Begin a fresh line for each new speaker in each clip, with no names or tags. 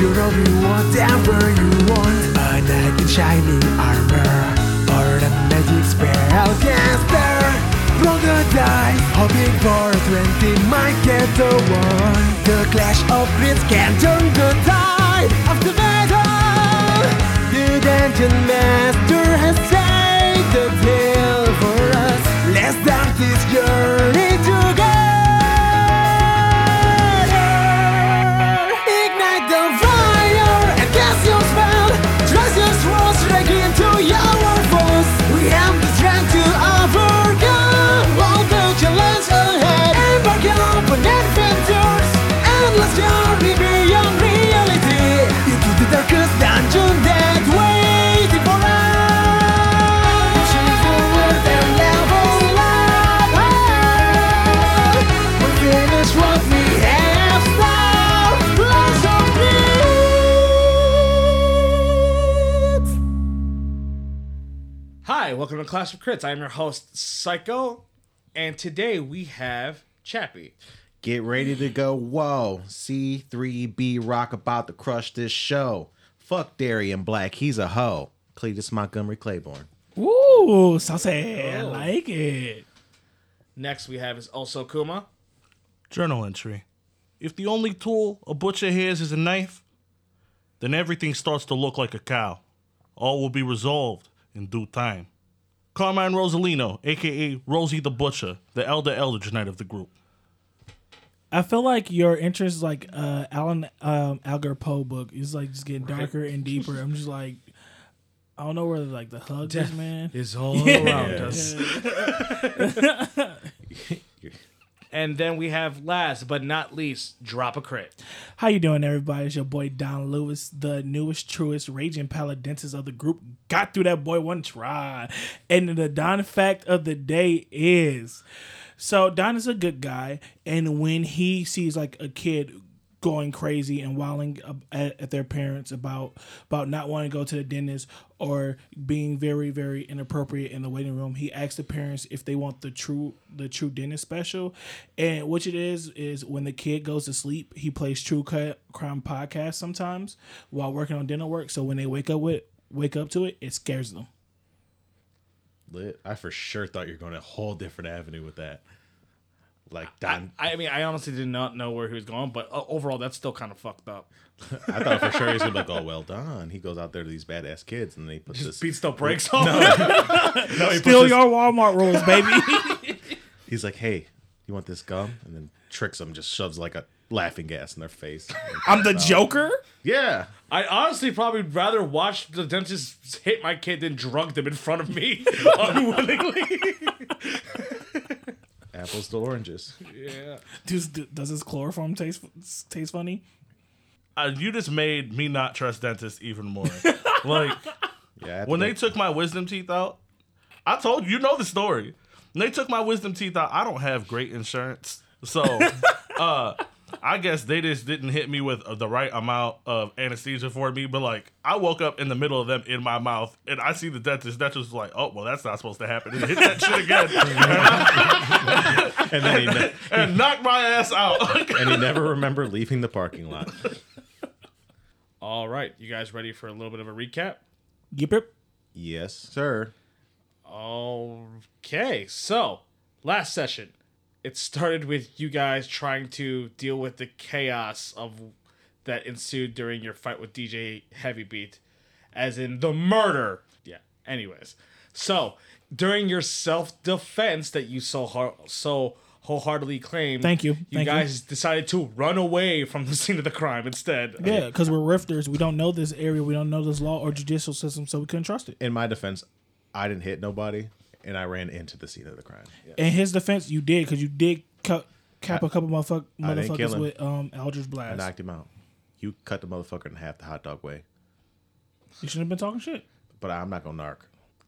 You're all you whatever you want A knight in shining armor Or a magic spell caster Roll the die, hoping for a 20 Might get the one The clash of grids can turn the tide Of the battle The dungeon master has saved the tale for us Let's start this journey together Ignite the fire and cast your spell. Trust your swords strike into your foes. We have the strength to overcome all the challenges ahead. Embark on adventures, endless journey beyond reality. Into the darkest dungeon that waiting for us. Pushing forward and level up. We finish what we have started. Blast of it.
Hi, welcome to Clash of Crits. I'm your host, Psycho, and today we have Chappie.
Get ready to go. Whoa. C3B Rock about to crush this show. Fuck Darian Black. He's a hoe. Cletus Montgomery Claiborne.
Ooh, saucy. I like it.
Next we have is also Kuma.
Journal entry. If the only tool a butcher has is a knife, then everything starts to look like a cow. All will be resolved in due time. Carmine Rosalino, aka Rosie the Butcher, the elder eldritch knight of the group.
I feel like your interest, like uh, Alan um, Alger Poe book, is like just getting darker and deeper. I'm just like, I don't know where like the hug is, man.
Is all around us. and then we have last but not least, Drop a Crit.
How you doing, everybody? It's your boy Don Lewis, the newest, truest, raging paladentist of the group. Got through that boy one try. And the Don fact of the day is so Don is a good guy, and when he sees like a kid going crazy and wilding up at, at their parents about about not wanting to go to the dentist or being very very inappropriate in the waiting room he asks the parents if they want the true the true dentist special and what it is is when the kid goes to sleep he plays true Cut- crime podcast sometimes while working on dental work so when they wake up with wake up to it it scares them
Lit. I for sure thought you were going a whole different avenue with that. Like Don,
I mean, I honestly did not know where he was going, but uh, overall, that's still kind of fucked up.
I thought for sure he was gonna be like, "Oh, well done." He goes out there to these badass kids, and they put this.
Pete still breaks off.
No, he puts
Steal
this-
your Walmart rules, baby.
He's like, "Hey, you want this gum?" And then tricks them, just shoves like a laughing gas in their face.
I'm the Joker.
yeah,
I honestly probably rather watch the dentist hit my kid than drug them in front of me unwillingly.
apples to oranges.
Does, does this chloroform taste taste funny?
Uh, you just made me not trust dentists even more. like,
Yeah, I had to
when
go-
they took my wisdom teeth out, I told you, you know the story. When they took my wisdom teeth out, I don't have great insurance. So uh I guess they just didn't hit me with uh, the right amount of anesthesia for me. But like I woke up in the middle of them in my mouth and I see the dentist that's just like, oh well that's not supposed to happen. And hit that shit again
and then he, ne-
and knock my ass out.
and he never remembered leaving the parking lot.
All right, you guys ready for a little bit of a recap?
Yip, yip.
Yes, sir.
Okay, so last session, it started with you guys trying to deal with the chaos of that ensued during your fight with DJ Heavybeat, as in the murder. Yeah. Anyways, so during your self defense that you so har- so wholeheartedly claimed,
Thank you,
You
thank you.
guys decided to run away from the scene of the crime instead.
Yeah, because we're rifters. We don't know this area. We don't know this law or judicial system, so we couldn't trust it.
in my defense, I didn't hit nobody, and I ran into the scene of the crime.
In his defense, you did because you did cu- cap a couple motherfuck-
I didn't kill
motherfuckers
him.
with um Aldridge
I
Blast.
knocked him out. You cut the motherfucker in half the hot dog way,
you shouldn't have been talking shit.
but I'm not gonna narc.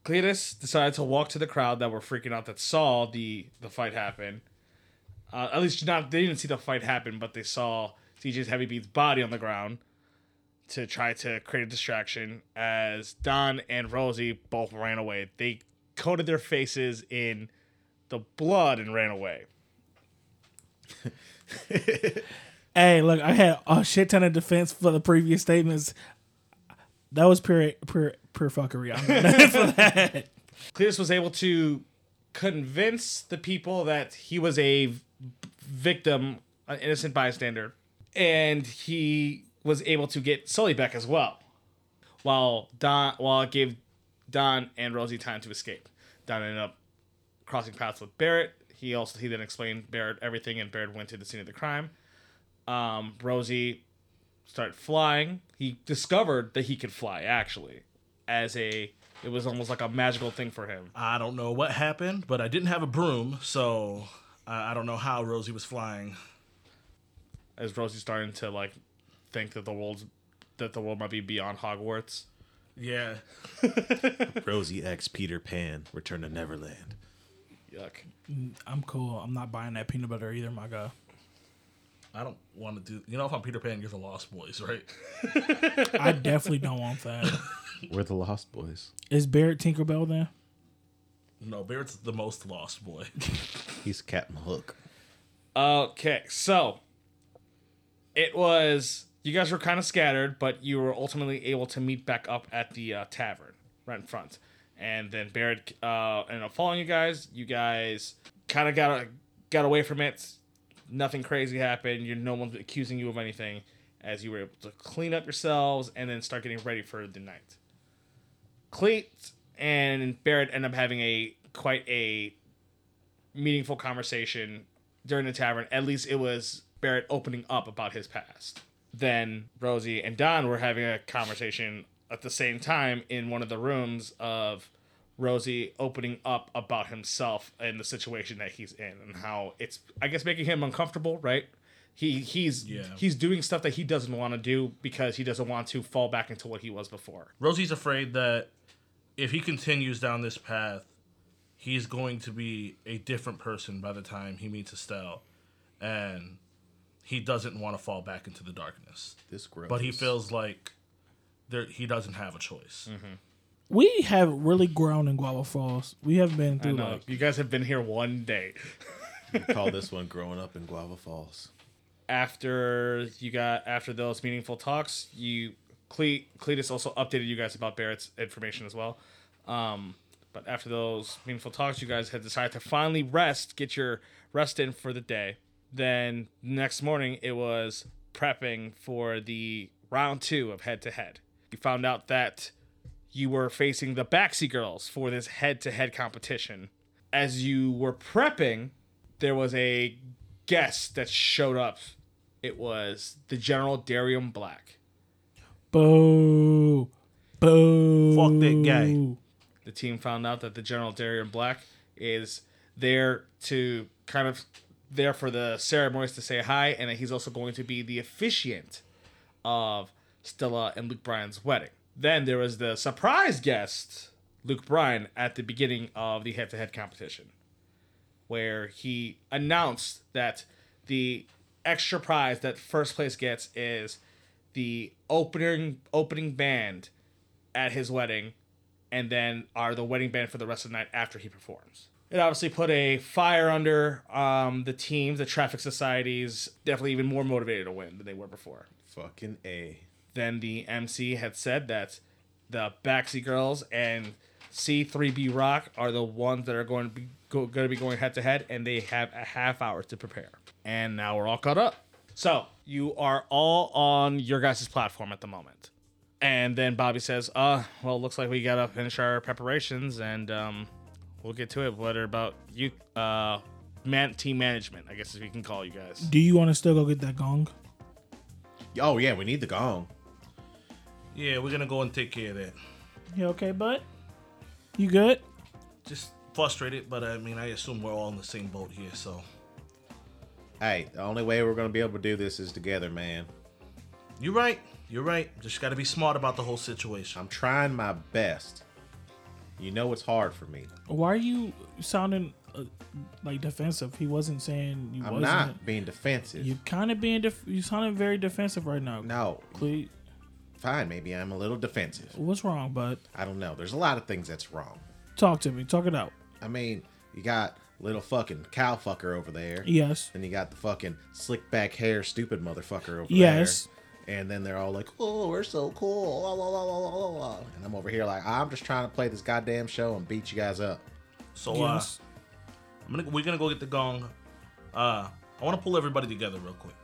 Cletus decided to walk to the crowd that were freaking out that saw the the fight happen. Uh, at least not they didn't see the fight happen, but they saw DJ's Heavy Beats body on the ground to try to create a distraction as Don and Rosie both ran away. They coated their faces in the blood and ran away.
Hey, look, I had a shit ton of defense for the previous statements. That was pure pure pure fuckery. I'm not for that.
Cletus was able to convince the people that he was a v- victim, an innocent bystander, and he was able to get Sully back as well. While Don, while it gave Don and Rosie time to escape, Don ended up crossing paths with Barrett. He also he then explained Barrett everything, and Barrett went to the scene of the crime. Um, Rosie started flying. He discovered that he could fly actually, as a it was almost like a magical thing for him.
I don't know what happened, but I didn't have a broom, so I, I don't know how Rosie was flying.
As Rosie's starting to like think that the world's that the world might be beyond Hogwarts.
Yeah.
Rosie X Peter Pan, Return to Neverland.
Yuck.
I'm cool. I'm not buying that peanut butter either, my guy.
I don't want to do. You know, if I'm Peter Pan, you're the Lost Boys, right?
I definitely don't want that.
We're the Lost Boys.
Is Barrett Tinkerbell there?
No, Barrett's the most Lost Boy.
He's Captain Hook.
Okay, so it was you guys were kind of scattered, but you were ultimately able to meet back up at the uh, tavern right in front. And then Barrett uh, ended up following you guys. You guys kind of got got away from it. Nothing crazy happened. You're no one's accusing you of anything, as you were able to clean up yourselves and then start getting ready for the night. Cleat and Barrett end up having a quite a meaningful conversation during the tavern. At least it was Barrett opening up about his past. Then Rosie and Don were having a conversation at the same time in one of the rooms of Rosie opening up about himself and the situation that he's in and how it's I guess making him uncomfortable, right? He he's
Yeah.
he's doing stuff that he doesn't want to do because he doesn't want to fall back into what he was before.
Rosie's afraid that if he continues down this path, he's going to be a different person by the time he meets Estelle, and he doesn't want to fall back into the darkness.
This gross.
But he feels like there he doesn't have a choice.
We have really grown in Guava Falls. We have been
I
through
know
like
you guys have been here one day.
call this one growing up in Guava Falls.
after you got after those meaningful talks, you Cle- Cletus also updated you guys about Barrett's information as well. Um, but after those meaningful talks, you guys had decided to finally rest, get your rest in for the day. Then next morning, it was prepping for the round two of head to head. You found out that you were facing the Baxi girls for this head to head competition. As you were prepping, there was a guest that showed up. It was the General Darium Black.
boo, boo.
Fuck that guy.
The team found out that the General Darium Black is there to kind of there for the ceremonies to say hi, and that he's also going to be the officiant of Stella and Luke Bryan's wedding. Then there was the surprise guest, Luke Bryan, at the beginning of the head to head competition, where he announced that the extra prize that first place gets is the opening opening band at his wedding and then are the wedding band for the rest of the night after he performs. It obviously put a fire under um, the teams, the traffic societies, definitely even more motivated to win than they were before.
Fucking A.
Then the MC had said that the Baxi Girls and C3B Rock are the ones that are going to be go, going to be going head to head, and they have a half hour to prepare. And now we're all caught up. So you are all on your guys' platform at the moment. And then Bobby says, "Uh, well, looks like we gotta finish our preparations, and um, we'll get to it. What about you, uh, man, team management? I guess if we can call you guys.
Do you want to still go get that gong?
Oh yeah, we need the gong.
Yeah, we're gonna go and take care of that.
You okay, bud? You good?
Just frustrated, but I mean, I assume we're all in the same boat here. So
Hey, the only way we're gonna be able to do this is together, man.
you're right. You're right. Just gotta be smart about the whole situation.
I'm trying my best. You know it's hard for me.
Why are you sounding uh, like defensive? He wasn't saying you
I'm
wasn't.
not being defensive.
You're kind of being. Def- you sounding very defensive right now.
No,
Cle-
fine. Maybe I'm a little defensive.
what's wrong, bud?
I don't know. There's a lot of things that's wrong.
Talk to me. Talk it out.
I mean, you got little fucking cow fucker over there.
Yes.
Then you got the fucking slick back hair, stupid motherfucker over
Yes.
there. And then they're all like, "Oh, we're so cool," la, la, la, la, la, la, la." and I'm over here like, "I'm just trying to play this goddamn show and beat you guys up."
So uh,
Yes.
I'm gonna, we're gonna go get the gong. Uh, I want to pull everybody together real quick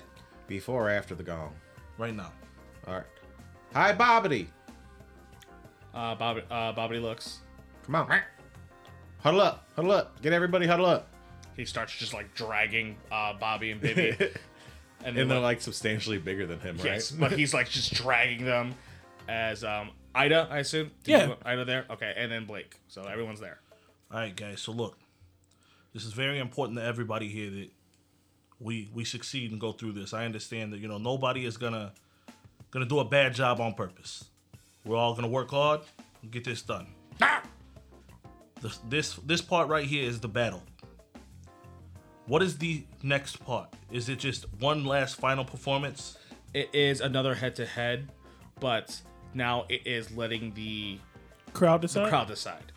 Before or after the gong?
right now.
All right. Hi, Bobbity.
Uh, Bob, uh, Bobbity looks.
Come on. Huddle up. Huddle up. Get everybody huddle up.
He starts just like dragging uh, Bobby and Bibby, and then
And they're
like,
like substantially bigger than him,
yes,
right?
but he's like just dragging them as um Ida, I assume. Did
Yeah.
you want Ida there. Okay, and then Blake. So everyone's there.
All right, guys. So look, this is very important to everybody here that we we succeed and go through this. I understand that you know nobody is gonna gonna do a bad job on purpose. We're all gonna work hard and get this done. Ah! This this this part right here is the battle. What is the next part? Is it just one last final performance?
It is another head-to-head, but now it is letting the
Crowd decide.
crowd decide.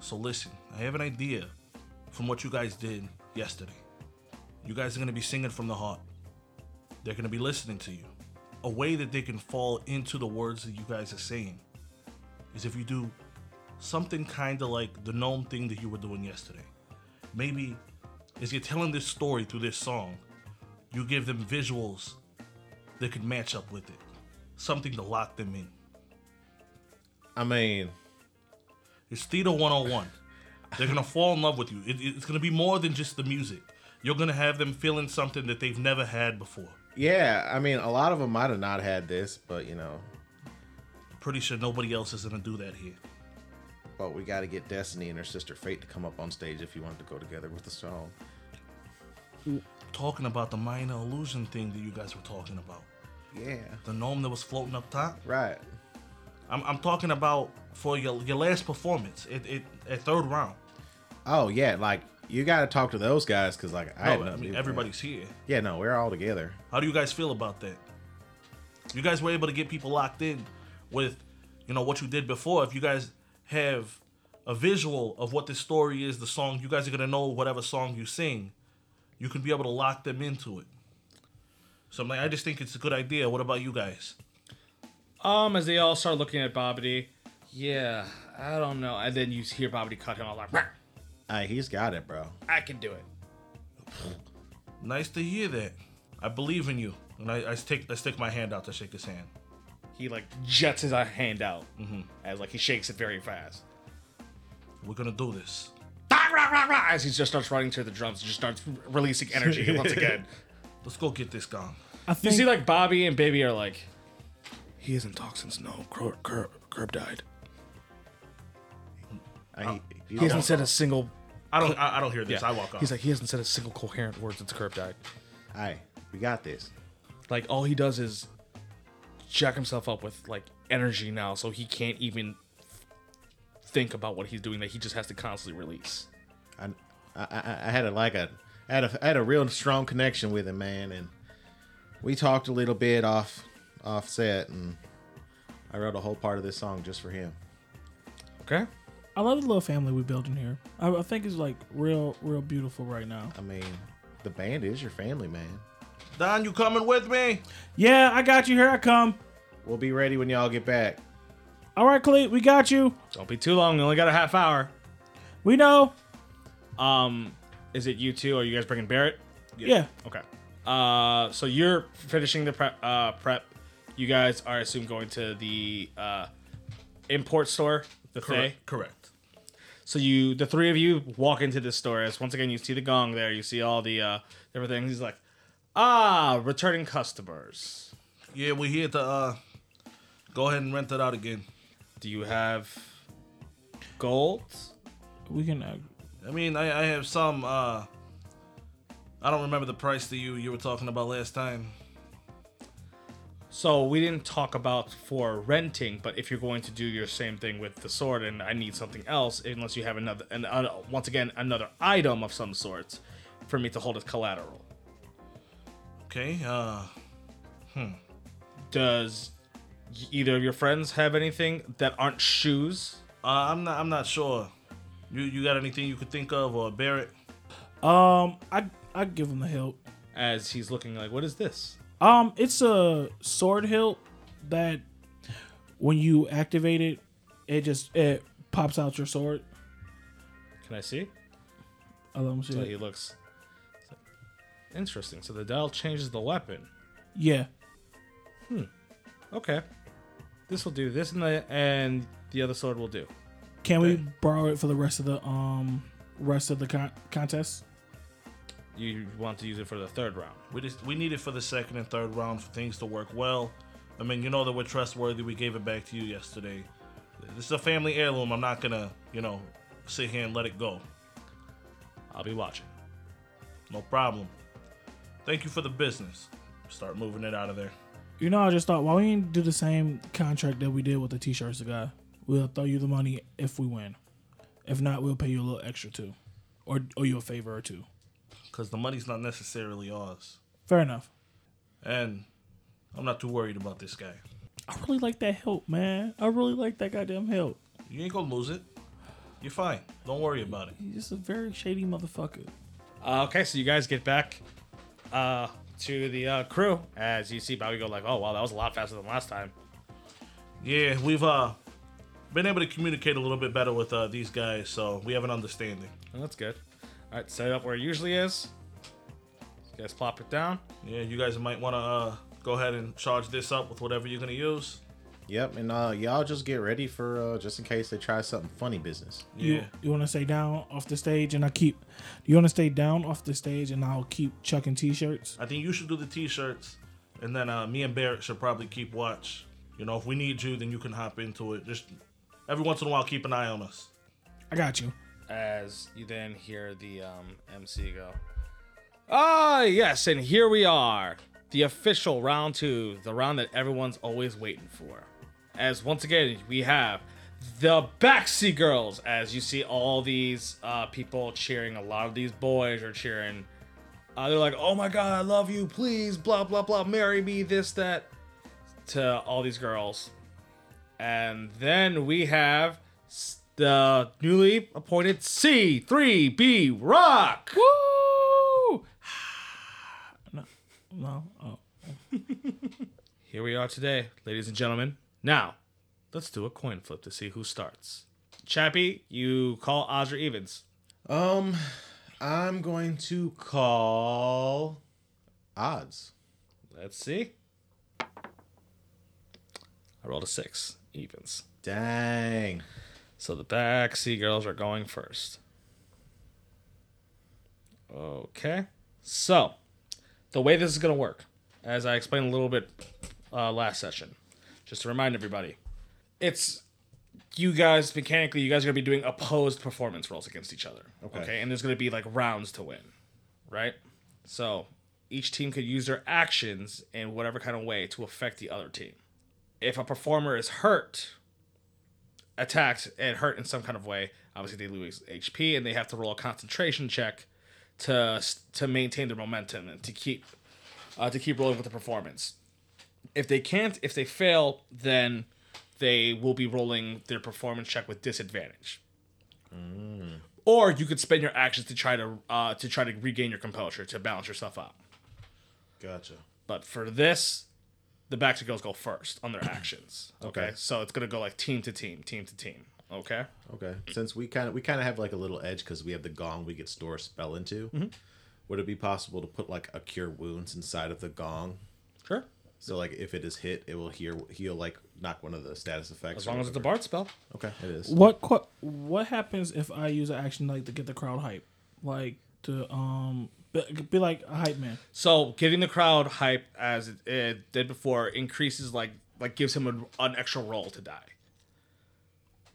So listen, I have an idea from what you guys did yesterday. You guys are gonna be singing from the heart. They're gonna be listening to you. A way that they can fall into the words that you guys are saying is if you do something kind of like the gnome thing that you were doing yesterday. Maybe as you're telling this story through this song, you give them visuals that could match up with it. Something to lock them in.
I mean,
It's theater 101. They're gonna fall in love with you. It, it's gonna be more than just the music. You're gonna have them feeling something that they've never had before.
yeah. I mean, a lot of them might have not had this, but you know,
Pretty sure nobody else is gonna do that here.
but we got to get Destiny and her sister Fate to come up on stage if you want to go together with the song.
Talking about the minor illusion thing that you guys were talking about,
Yeah.
the gnome that was floating up top.
Right.
I'm, I'm talking about for your your last performance at, at, at third round.
Oh yeah, like you got to talk to those guys because like I, had
no, I
nothing to do
mean
with
everybody's here.
that. Yeah, no, we're all together.
How do you guys feel about that? You guys were able to get people locked in with, you know, what you did before. If you guys have a visual of what this story is, the song, you guys are gonna know whatever song you sing. You can be able to lock them into it. So I'm like, I just think it's a good idea. What about you guys?
Um, as they all start looking at Bobbity, yeah, I don't know. And then you hear Bobbity cut him off like, "Rah,
Uh, he's got it, bro.
I can do it.
Nice to hear that. I believe in you. And I, I take I stick my hand out to shake his hand.
He like jets his uh, hand out as like he shakes it very fast.
We're gonna do this.
Rah, rah, rah, rah, as he just starts running to the drums, just starts releasing energy once again.
Let's go get this gone.
I
You
think
see, like Bobby and Baby are like, he isn't talked since no curb, curb, died.
I, you
He hasn't
don't-
said a single.
I don't I, I don't hear this. I walk off.
He's like, he hasn't said a single coherent word since curb died.
Hey, we got this.
Like all he does is jack himself up with like energy now, so he can't even think about what he's doing. That he just has to constantly release.
I, I, I- I had a like a I had a, I had a real strong connection with him, man, and we talked a little bit off off set, and I wrote a whole part of this song just for him.
Okay.
I love the little family we building here. I, I think it's like real, real beautiful right now.
I mean, the band is your family, man.
Don, you coming with me?
Yeah, I got you. Here I come.
We'll be ready when y'all get back.
All right, Cleet, we got you.
Don't be too long. We only got a half hour.
We know.
Um, is it you two? Are you guys bringing Barrett?
Yeah.
Okay. Uh, so you're finishing the prep. Uh, prep. You guys are, I assume, going to the uh, import store, the Thay.
Correct. Correct.
So you, the three of you, walk into this store. As once again, you see the gong there. You see all the uh, different things. He's like, ah, returning customers.
Yeah, we're here to uh go ahead and rent it out again.
Do you have gold?
We can. Uh,
I mean, I, I have some uh I don't remember the price that you you were talking about last time.
So we didn't talk about for renting, but if you're going to do your same thing with the sword, and I need something else, unless you have another, and uh, once again another item of some sort, for me to hold as collateral.
Okay? Uh
Does either of your friends have anything that aren't shoes?
uh, I'm not I'm not sure. You you got anything you could think of or Barrett?
Um, I I give him the hilt.
As he's looking like, what is this?
Um, it's a sword hilt that when you activate it, it just it pops out your sword.
Can I see?
Oh, let me see.
So
it.
he looks it's like, interesting. So the dial changes the weapon.
Yeah.
Okay, this will do this, and the and the other sword will do.
Can we borrow it for the rest of the um rest of the con- contest?
You want to use it for the third round.
We just we need it for the second and third round for things to work well. I mean, you know that we're trustworthy. We gave it back to you yesterday. This is a family heirloom. I'm not gonna, you know, sit here and let it go.
I'll be watching.
No problem. Thank you for the business. Start moving it out of there.
You know, I just thought why we didn't do the same contract that we did with the t-shirts guy. We'll throw you the money if we win. If not, we'll pay you a little extra too, or owe you a favor or two.
Because the money's not necessarily ours.
Fair enough.
And I'm not too worried about this guy.
I really like that help, man. I really like that goddamn help.
You ain't gonna lose it. You're fine. Don't worry about it.
He's just a very shady motherfucker.
Uh, okay, so you guys get back uh, to the uh, crew as you see Bobby go like, "Oh wow, that was a lot faster than last time."
Yeah, we've uh been able to communicate a little bit better with uh, these guys, so we have an understanding.
Well, that's good. All right, set it up where it usually is. You guys plop it down.
Yeah, you guys might want to uh, go ahead and charge this up with whatever you're gonna use.
Yep, and uh, y'all just get ready for uh, just in case they try something funny business.
Yeah,
You, you want to stay down off the stage, and I keep. You want to stay down off the stage, and I'll keep chucking t-shirts.
I think you should do the t-shirts, and then uh, me and Barrett should probably keep watch. You know, if we need you, then you can hop into it. Just every once in a while, keep an eye on us.
I got you.
As you then hear the um, MC go, "Ah, yes, and here we are, the official round two, the round that everyone's always waiting for." As once again we have the Backseat Girls. As you see all these uh, people cheering, a lot of these boys are cheering. Uh, they're like, "Oh my god, I love you, please, blah blah blah, marry me, this that," to all these girls. And then we have s- the newly appointed C3B Rock. Woo!
No, oh,
Here we are today, ladies and gentlemen. Now, let's do a coin flip to see who starts. Chappie, you call odds or evens.
Um, I'm going to call odds.
Let's see. I rolled a six, evens.
Dang.
So the back sea girls are going first. Okay. So the way this is going to work, as I explained a little bit uh, last session, just to remind everybody, it's you guys mechanically, you guys are going to be doing opposed performance rolls against each other.
Okay.
okay? And there's going to be like rounds to win, right? So each team could use their actions in whatever kind of way to affect the other team. If a performer is hurt attacked and hurt in some kind of way, obviously they lose HP and they have to roll a concentration check to to maintain their momentum and to keep uh, to keep rolling with the performance. If they can't, if they fail, then they will be rolling their performance check with disadvantage. Or you could spend your actions to try to uh, to try to regain your composure to balance yourself out.
Gotcha.
But for this, the back to girls go first on their actions. okay,
Okay.
so it's gonna go like team to team, team to team. Okay.
Okay. Since we kind of we kind of have like a little edge because we have the gong we get store spell into.
Mm-hmm.
Would it be possible to put like a cure wounds inside of the gong?
Sure.
So like if it is hit, it will hear heal like knock one of the status effects.
As long as it's a bard spell.
Okay, it is.
What qu- what happens if I use an action like to get the crowd hype, like to um be, be like a hype man?
So getting the crowd hype as it, it did before increases like like gives him an, an extra roll to die.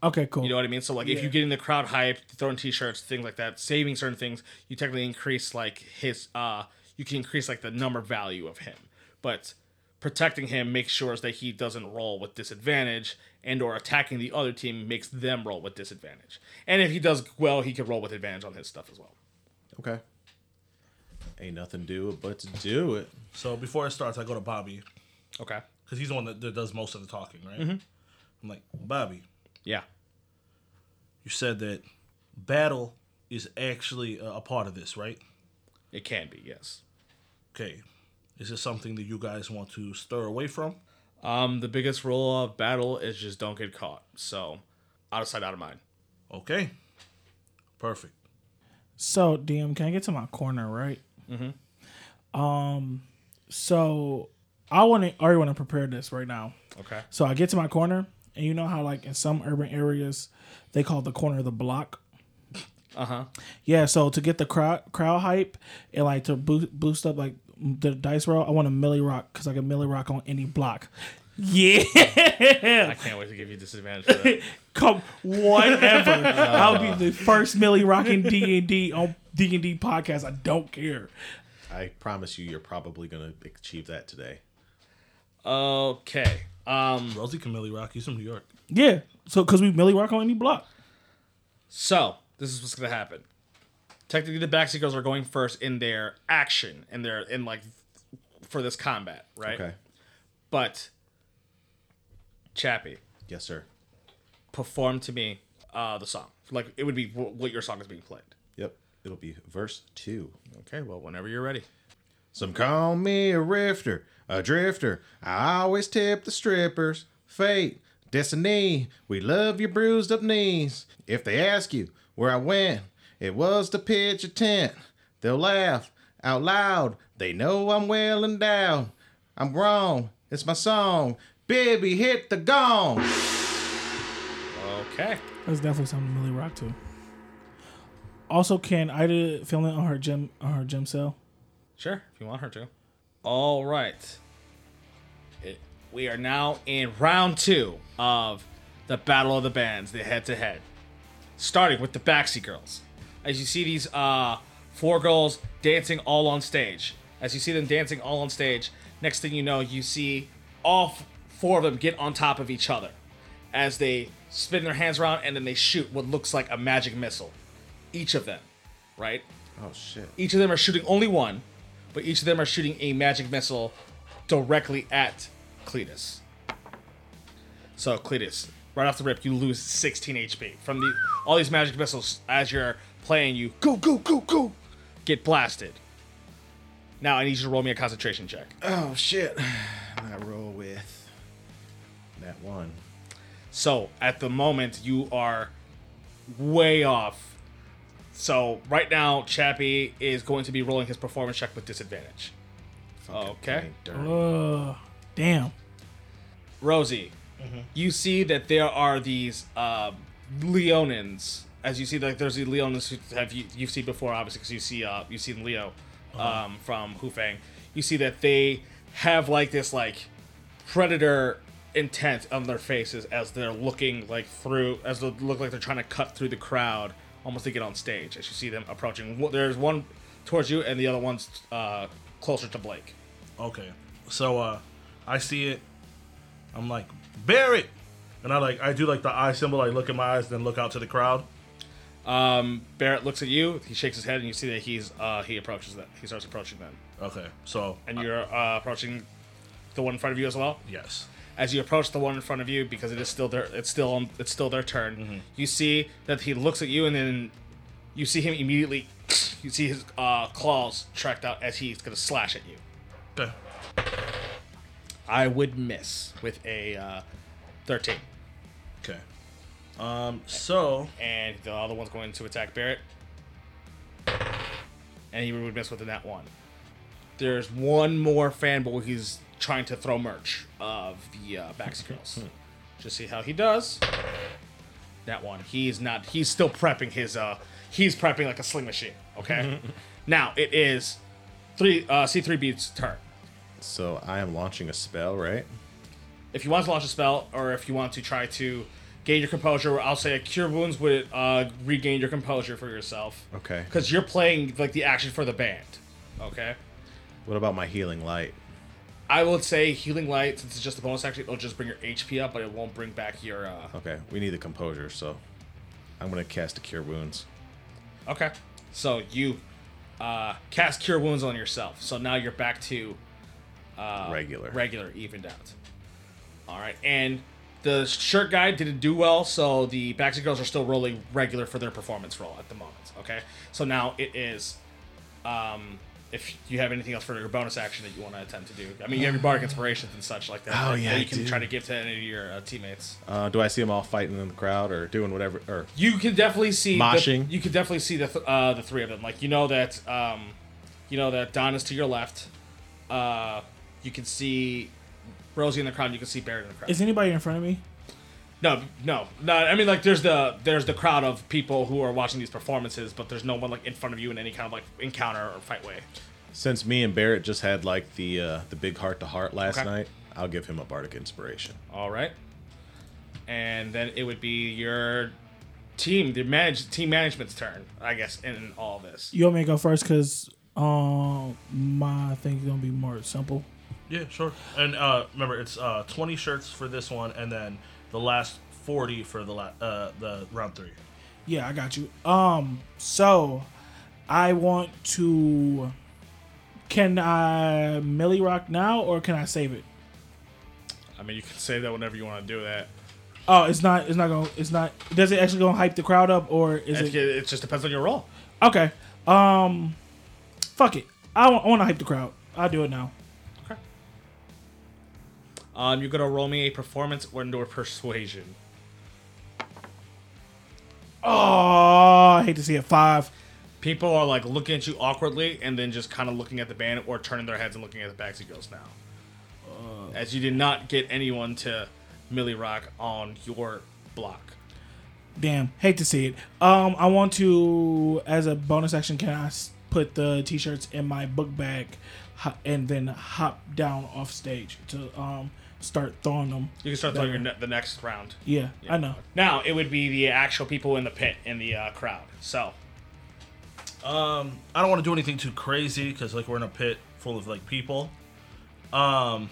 Okay, cool.
You know what I mean? So like if
Yeah.
you're getting the crowd hype, throwing t-shirts, things like that, saving certain things, you technically increase like his uh you can increase like the number value of him. But protecting him makes sure that he doesn't roll with disadvantage and or attacking the other team makes them roll with disadvantage. And if he does well, he can roll with advantage on his stuff as well.
Okay. Ain't nothing do it but to do it.
So before it starts, I go to Bobby
Okay.
because he's the one that, that does most of the talking, right? I'm like, Bobby,
Yeah.
you said that battle is actually a, a part of this, right?
It can be, yes.
Okay. Is this something that you guys want to stir away from?
Um, the biggest rule of battle is just don't get caught. So, out of sight, out of mind.
Okay. Perfect.
So, DM, can I get to my corner, right? Mm-hmm. Um,
Mm-hmm.
so I want to already want to prepare this right now.
Okay.
So I get to my corner, and you know how like in some urban areas they call the corner the block.
Uh huh.
Yeah, so to get the crowd crowd hype and like to boost boost up like the dice roll, I want a milli rock because I can milli rock on any block. Yeah,
I can't wait to give you disadvantage for that.
come whatever. I'll be the first milli rocking D and D on D and D podcast. I don't care.
I promise you, you're probably gonna achieve that today.
Okay. Um,
Rosie Camille Rock, he's from New York.
Yeah, so because we milli rock on any block.
so this is what's gonna happen. Technically, the backseat girls are going first in their action and their in like for this combat, right?
Okay.
But Chappie,
Yes, sir.
perform to me uh, the song. Like it would be wh- what your song is being played.
Yep. It'll be verse two.
Okay. Well, whenever you're ready.
Some call me a rifter, a drifter. I always tip the strippers. Fate, destiny, we love your bruised up knees. If they ask you where I went, it was to pitch a tent. They'll laugh out loud. They know I'm well endowed. I'm wrong. It's my song. Baby, hit the gong.
Okay.
That's definitely something to milli rock to. Also, can Ida fill in on her gym on her gym cell?
Sure, if you want her to. All right. It- we are now in round two of the Battle of the Bands, the head to head. Starting with the Backseat Girls. As you see these uh, four girls dancing all on stage. As you see them dancing all on stage, next thing you know, you see all f- four of them get on top of each other as they spin their hands around and then they shoot what looks like a magic missile. Each of them, right?
Oh, shit.
each of them are shooting only one, but each of them are shooting a magic missile directly at Cletus. So Cletus, right off the rip, you lose 16 HP from the all these magic missiles as you're playing. You go go go go, get blasted. Now I need you to roll me a concentration check.
Oh, shit. I roll with that one.
So at the moment, you are way off. So right now, Chappie is going to be rolling his performance check with disadvantage. Okay.
Darn.
Uh, damn.
Rosie, you see that there are these um, Leonins. As you see, like there's the Leonins who have you you've seen before, obviously, because you see uh you've seen Leo um, from Hufang. You see that they have like this like predator intent on their faces as they're looking like through as they look like they're trying to cut through the crowd almost to get on stage. As you see them approaching, Wh- there's one towards you and the other one's uh, closer to Blake.
Okay. So uh I see it. I'm like, bear it! And I like I do like the eye symbol, I look in my eyes, then look out to the crowd.
Um, Barrett looks at you. He shakes his head, and you see that he's uh, he approaches them. He starts approaching them,
Okay. So
and you're uh, approaching the one in front of you as well.
yes.
As you approach the one in front of you, because it is still their it's still on it's still their turn. You see that he looks at you, and then you see him immediately. You see his uh, claws tracked out as he's gonna slash at you.
Okay.
I would miss with a uh, thirteen,
Okay. Um so
and the other one's going to attack Barrett, and he would miss with that one. there's one more fanboy he's trying to throw merch of the uh, Baxi Girls. Just see how he does. That one. He's not. He's still prepping his. uh He's prepping like a sling machine. Okay. now it is three uh, C three B's turn.
So I am launching a spell, right?
If you want to launch a spell, or if you want to try to gain your composure, I'll say a cure wounds would uh, regain your composure for yourself.
Okay.
Because you're playing like the action for the band. Okay.
What about my healing light?
I would say healing light, since it's just a bonus action, it'll just bring your HP up, but it won't bring back your. uh
Okay, we need the composure, so I'm gonna cast a cure wounds.
Okay. So you uh cast cure wounds on yourself. So now you're back to Uh,
regular.
regular evened out. All right, and The shirt guy didn't do well, so the Backstreet Girls are still rolling regular for their performance role at the moment. Okay, so now it is. Um, if you have anything else for your bonus action that you want to attempt to do, I mean, you have your bardic inspirations and such like that.
Oh,
that-
yeah,
that
I
you can
do.
try to give to any of your uh, teammates.
Uh, do I see them all fighting in the crowd or doing whatever? Or
You can definitely see the-
Moshing.
you can definitely see the th- uh, the three of them. Like you know that um, you know that Don is to your left. Uh, you can see Rosie in the crowd. You can see Barrett in the crowd.
Is anybody in front of me?
no, no, no. I mean, like there's the there's the crowd of people who are watching these performances, but there's no one like in front of you in any kind of like encounter or fight way.
since me and Barrett just had like the uh, the big heart to heart last
Okay.
night, I'll give him a bardic inspiration.
All right, and then it would be your team, the manage team management's turn, I guess, in all this.
You want me to go first? Cause um, my thing's gonna be more simple.
Yeah, sure. And uh, remember, it's uh, 20 shirts for this one, and then the last 40 for the la- uh, the round three.
Yeah, I got you. Um, so I want to. Can I Millie Rock now, or can I save it?
I mean, you can say that whenever you want to do that.
Oh, it's not. It's not gonna. It's not. Does it actually gonna hype the crowd up, or is
It,
it?
it just depends on your role.
Okay. Um, fuck it. I want. I want to hype the crowd. I'll do it now.
Um, you're gonna roll me a performance or or persuasion.
Oh, I hate to see it. Five.
People are like looking at you awkwardly and then just kind of looking at the band or turning their heads and looking at the Backseat Girls now.
Uh.
As you did not get anyone to Millie Rock on your block.
Damn, hate to see it. Um, I want to, as a bonus action, can I s- put the t-shirts in my book bag, ho- and then hop down off stage to um start throwing them.
You can start throwing your ne- the next round.
Yeah, I know.
Now it would be the actual people in the pit in the uh, crowd. So
I don't want to do anything too crazy because like we're in a pit full of like people. Um,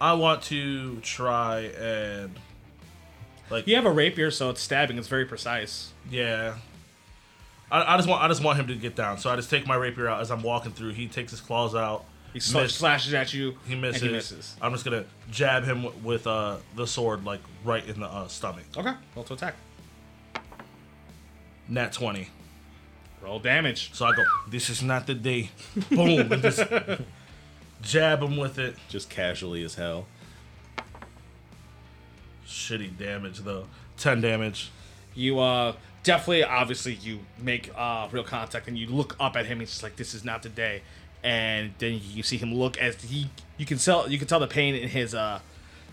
I want to try and like
you have a rapier, so it's stabbing. It's very precise.
yeah. I, I just want I just want him to get down, so I just take my rapier out as I'm walking through. He takes his claws out.
He sl-
Miss.
slashes at you.
He
and
misses.
He misses.
I'm just gonna jab him w- with uh, the sword like right in the uh, stomach.
Okay, roll to attack.
Nat twenty.
Roll damage.
So I go, this is not the day. Boom. And just jab him with it.
Just casually as hell.
Shitty damage though. Ten damage.
you uh definitely obviously you make uh real contact and you look up at him and just like this is not the day and then you see him look as he you can tell you can tell the pain in his uh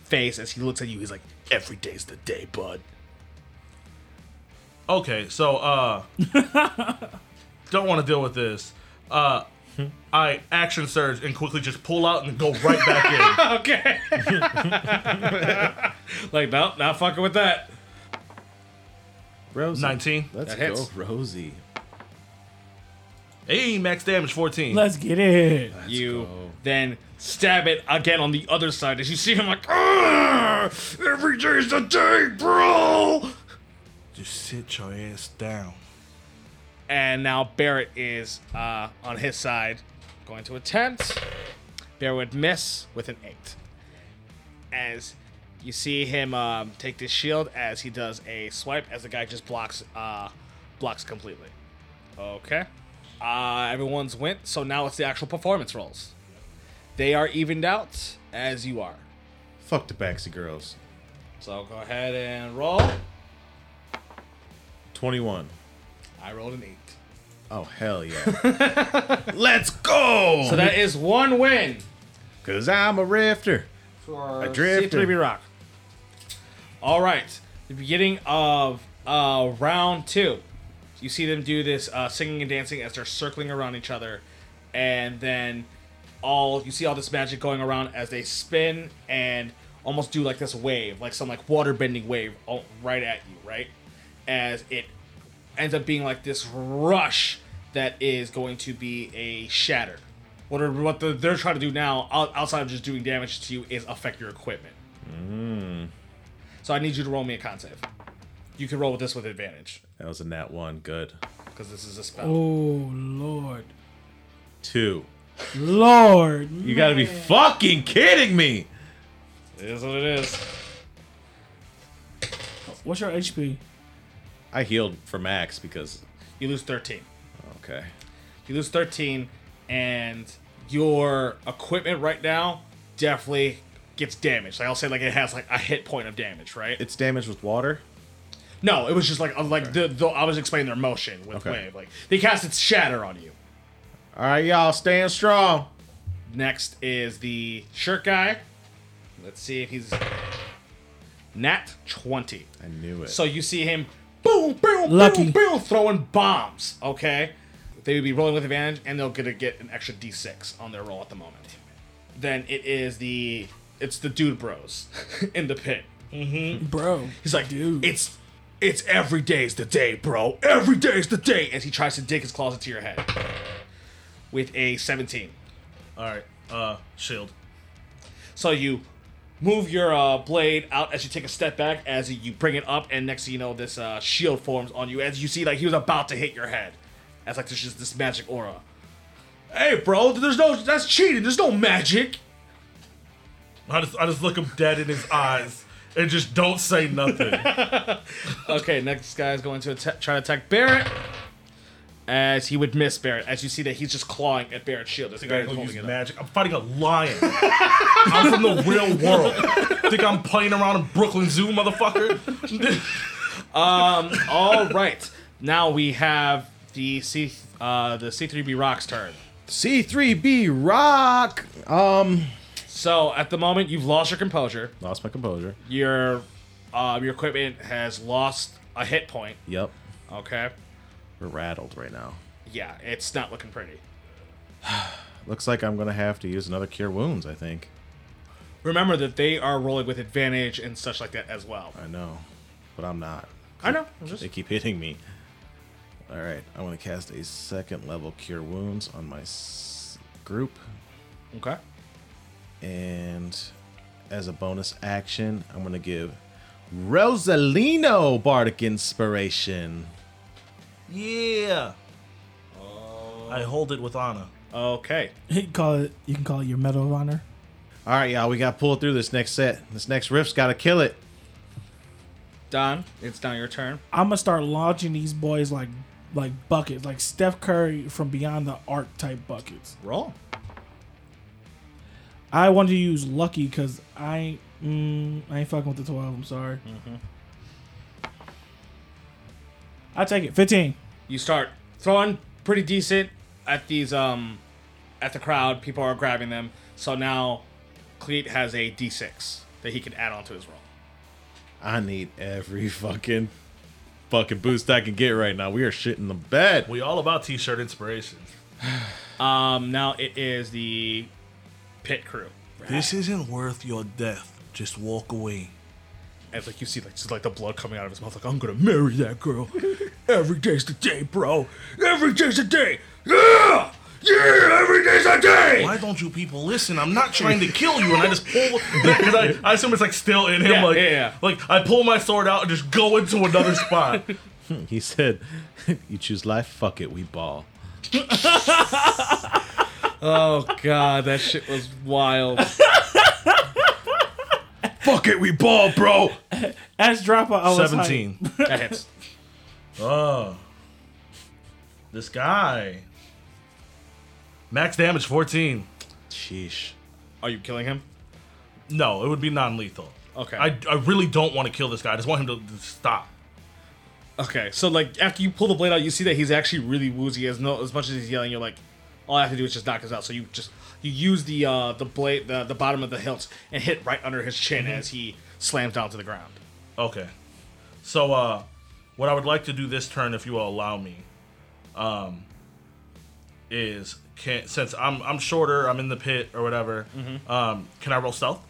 face as he looks at you he's like every day's the day bud
Okay, so uh don't want to deal with this. Uh I action surge and quickly just pull out and go right back in.
okay like nope not fucking with that
Rosie,
19.
Let's
That
go,
hits.
Rosie.
Hey, max damage 14.
Let's get it.
you
go.
then stab it again on the other side as you see him like "Argh! every day's the day bro
Just sit your ass down.
And now Barrett is uh, on his side, going to attempt. Barrett would miss with an eight. As you see him um, take this shield, as he does a swipe, as the guy just blocks, uh, blocks completely. Okay. Uh, everyone's went, so now it's the actual performance rolls. They are evened out as you are.
Fuck the Baxi girls.
So go ahead and roll.
Twenty-one.
I rolled an eight.
Oh hell yeah. Let's go.
So that is one win
Cause I'm a rifter.
for
A drifter.
C3B Rock. All right, the beginning of uh, round two. You see them do this uh, singing and dancing as they're circling around each other, and then all you see all this magic going around as they spin and almost do like this wave, like some like water bending wave, all right at you, right? As it ends up being like this rush that is going to be a shatter. What are, what the, they're trying to do now, out- outside of just doing damage to you, is affect your equipment. So I need you to roll me a con save. You can roll with this with advantage
That was a nat one. Good.
because this is a spell.
Oh Lord,
Two.
Lord,
You gotta be fucking kidding me.
It is what it is.
What's your HP?
I healed for max because
You lose 13.
okay.
You lose 13, and your equipment right now definitely gets damaged. Like I'll say, like it has like a hit point of damage, right?
It's damaged with water.
no, it was just like uh, like the, the I was explaining their motion with
Okay.
wave. Like they cast its shatter on you.
All right, y'all, stand strong.
Next is the shirt guy. Let's see if he's nat 20.
I knew it.
So you see him boom, boom, boom,
Lucky.
boom, throwing bombs. Okay, they would be rolling with advantage, and they'll get a, get an extra d6 on their roll at the moment. Then it is the it's the dude bros in the pit.
Bro.
He's like, dude, it's it's every day's the day, bro. Every day's the day. As he tries to dig his claws into your head with a 17.
All right. Uh, shield.
So you move your uh, blade out as you take a step back, as you bring it up, and next thing you know, this uh, shield forms on you. As you see, like he was about to hit your head, as like there's just this magic aura. Hey, bro, there's no that's cheating. There's no magic.
I just I just look him dead in his eyes and just don't say nothing.
Okay, next guy's going to atta- try to attack Barrett. As he would miss Barrett, as you see that he's just clawing at Barrett's shield. As the guy
Gotta
is
go use
holding it up.
magic. I'm fighting a lion. I'm from the real world. Think I'm playing around in Brooklyn Zoo, motherfucker?
All right, now we have the C uh, the C3B Rock's turn.
C3B Rock. Um,
So at the moment, you've lost your composure.
lost my composure.
your um, your equipment has lost a hit point.
Yep,
Okay.
we're rattled right now.
Yeah, it's not looking pretty.
Looks like I'm gonna have to use another cure wounds. I think.
Remember that they are rolling with advantage and such like that as well.
I know, but I'm not.
I know. I'm just
They keep hitting me. All right, I want to cast a second level cure wounds on my s- group,
okay.
and as a bonus action, I'm gonna give Rosalino bardic inspiration.
yeah.
Oh.
I hold it with honor.
Okay.
You can call it you can call it your Medal of Honor.
All right, y'all, we got pulled through this next set. This next rift's gotta kill it.
Don, it's now your turn.
I'm gonna start launching these boys like like buckets, like Steph Curry from beyond the arc type buckets.
Roll.
I wanted to use lucky because I ain't mm, I ain't fucking with the twelve. I'm sorry.
Mm-hmm.
I take it. Fifteen.
You start throwing pretty decent at these um at the crowd. People are grabbing them. So now Cleet has a D6 that he can add onto his roll.
I need every fucking fucking boost I can get right now. We are shitting the bed.
We all about t-shirt inspiration.
Um now it is the pit crew.
This isn't worth your death. Just walk away.
And it's like you see like just like the blood coming out of his mouth, like I'm gonna marry that girl. every day's the day, bro. Every day's the day. Yeah, yeah. Every day's the day.
Why don't you people listen? I'm not trying to kill you, and I just pull. Because I, I assume it's like still in him.
Yeah,
like,
yeah, yeah.
like I pull my sword out and just go into another spot.
He said, "You choose life. Fuck it. We ball."
Oh god, that shit was wild.
Fuck it. We
Oh,
ball, bro.
As dropper, I was Like,
Seventeen.
that hits.
Oh. This guy. Max damage 14.
Sheesh.
Are you killing him?
No, it would be non lethal.
Okay.
I, I really don't want to kill this guy. I just want him to, to stop.
Okay, so like after you pull the blade out, you see that he's actually really woozy. As no, as much as he's yelling, you're like, all I have to do is just knock his out. So you just you use the uh the blade the the bottom of the hilt and hit right under his chin as he slams down to the ground.
Okay. So, uh, what I would like to do this turn, if you will allow me, um, is can since I'm I'm shorter, I'm in the pit or whatever.
Mm-hmm.
Um, can I roll stealth?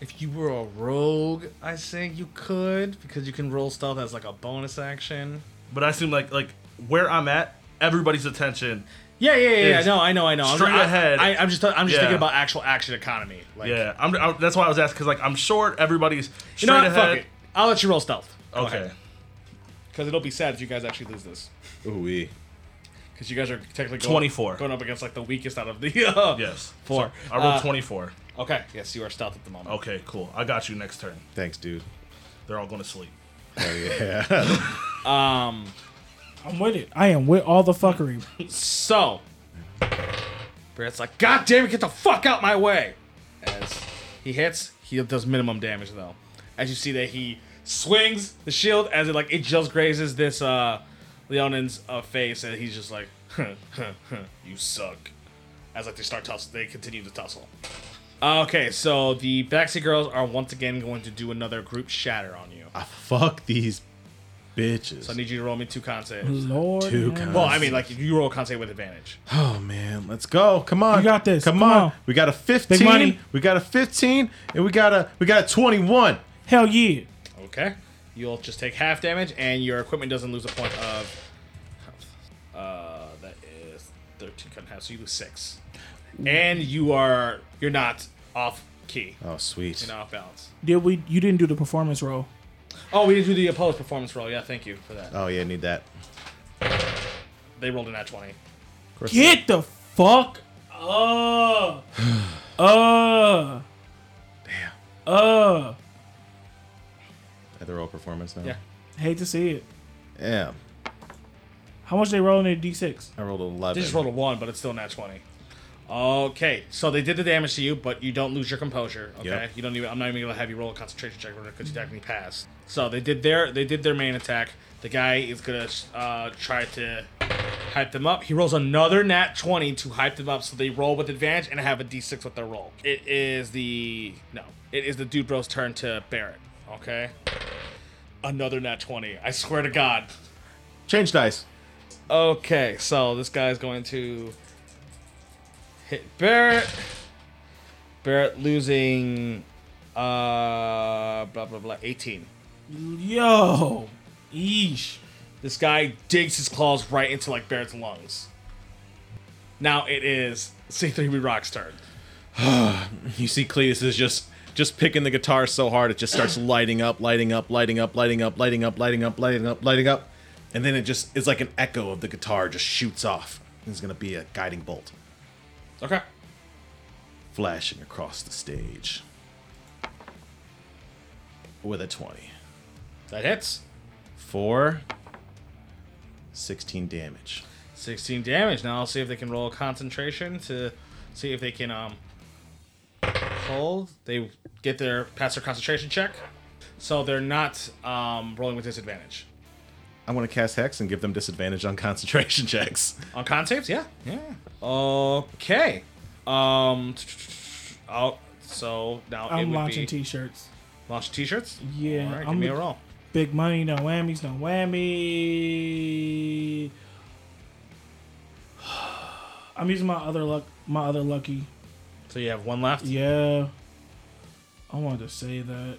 If you were a rogue, I think you could because you can roll stealth as like a bonus action.
But I assume like like where I'm at, everybody's attention.
Yeah, yeah, yeah. yeah.
Is
No, I know, I know. I'm-
straight
I,
ahead.
I, am just, I'm just
Yeah.
thinking about actual action economy. Like,
Yeah, I'm, I, that's why I was asking because like I'm short, everybody's
You
straight
know what?
ahead.
Fuck it. I'll let you roll stealth.
Okay.
Because it'll be sad if you guys actually lose this.
Ooh wee.
Because you guys are technically going,
24.
going up against like the weakest out of the uh,
Yes.
four.
I rolled
Uh,
24.
Okay, yes, you are stealth at the moment.
Okay, cool. I got you next turn.
Thanks, dude.
They're all going to sleep.
Hell yeah.
I'm with it. I am with all the fuckery.
So, Barrett's like, God damn it, get the fuck out my way! As he hits, he does minimum damage though. As you see that he swings the shield as it like it just grazes this uh Leonin's uh, face, and he's just like, huh, huh, huh, you suck. As like they start tussle, they continue to tussle. Okay, so the Baxi girls are once again going to do another group shatter on you.
Ah, Fuck these bitches.
So I need you to roll me two con saves.
Lord.
Two
have-
cons.
Well, I mean, like you roll con save with advantage.
oh man, let's go. Come on.
You got this.
Come,
Come
on.
on.
We got a 15.
money.
We got a 15 and we got a we got a 21.
Hell yeah.
Okay. You'll just take half damage, and your equipment doesn't lose a point of health. Uh, that is thirteen cut in half, so you lose six. And you are you're not off key.
Oh, sweet.
You're not off balance.
Did we? You didn't do the performance roll.
Oh, we did do the Apollo's performance roll. Yeah, thank you for that.
Oh yeah, need that.
They rolled a nat twenty.
Get the fuck up. uh.
Damn.
Uh.
At the roll performance now.
Yeah.
Hate to see it.
Yeah.
How much they rolling in D six?
I rolled a 11.
They just rolled a one, but it's still nat twenty. Okay, so they did the damage to you, but you don't lose your composure. Okay,
Yep.
you don't even. I'm not even gonna have you roll a concentration check because you technically passed. So they did their they did their main attack. The guy is gonna uh, try to hype them up. He rolls another nat twenty to hype them up, so they roll with advantage and have a d6 with their roll. It is the no, it is the dude bro's turn to Barrett. Okay, another nat twenty. I swear to God.
Change dice.
Okay, so this guy's going to hit Barrett. Barrett losing uh blah blah blah 18.
Yo. Eesh.
This guy digs his claws right into like Barrett's lungs. Now it is C3B Rock's turn.
You see Cletus is just just picking the guitar so hard it just starts lighting up, lighting up, lighting up, lighting up, lighting up, lighting up, lighting up, lighting up. And then it just it's like an echo of the guitar just shoots off. There's gonna be a guiding bolt
Okay.
flashing across the stage. With a 20.
That hits.
Four. 16 damage.
16 damage. Now I'll see if they can roll a concentration to see if they can um hold. They get their pass their concentration check. So they're not um rolling with disadvantage.
I'm gonna cast Hex and give them disadvantage on concentration checks.
On con saves, yeah. Yeah. Okay. Um oh so now it
I'm
would
launching
be
t-shirts.
launch t-shirts?
Yeah,
All right, give
I'm
me a
gonna-
roll.
Big money, no whammies, no whammy. I'm using my other luck, my other lucky.
So you have one left.
Yeah, I wanted to say that.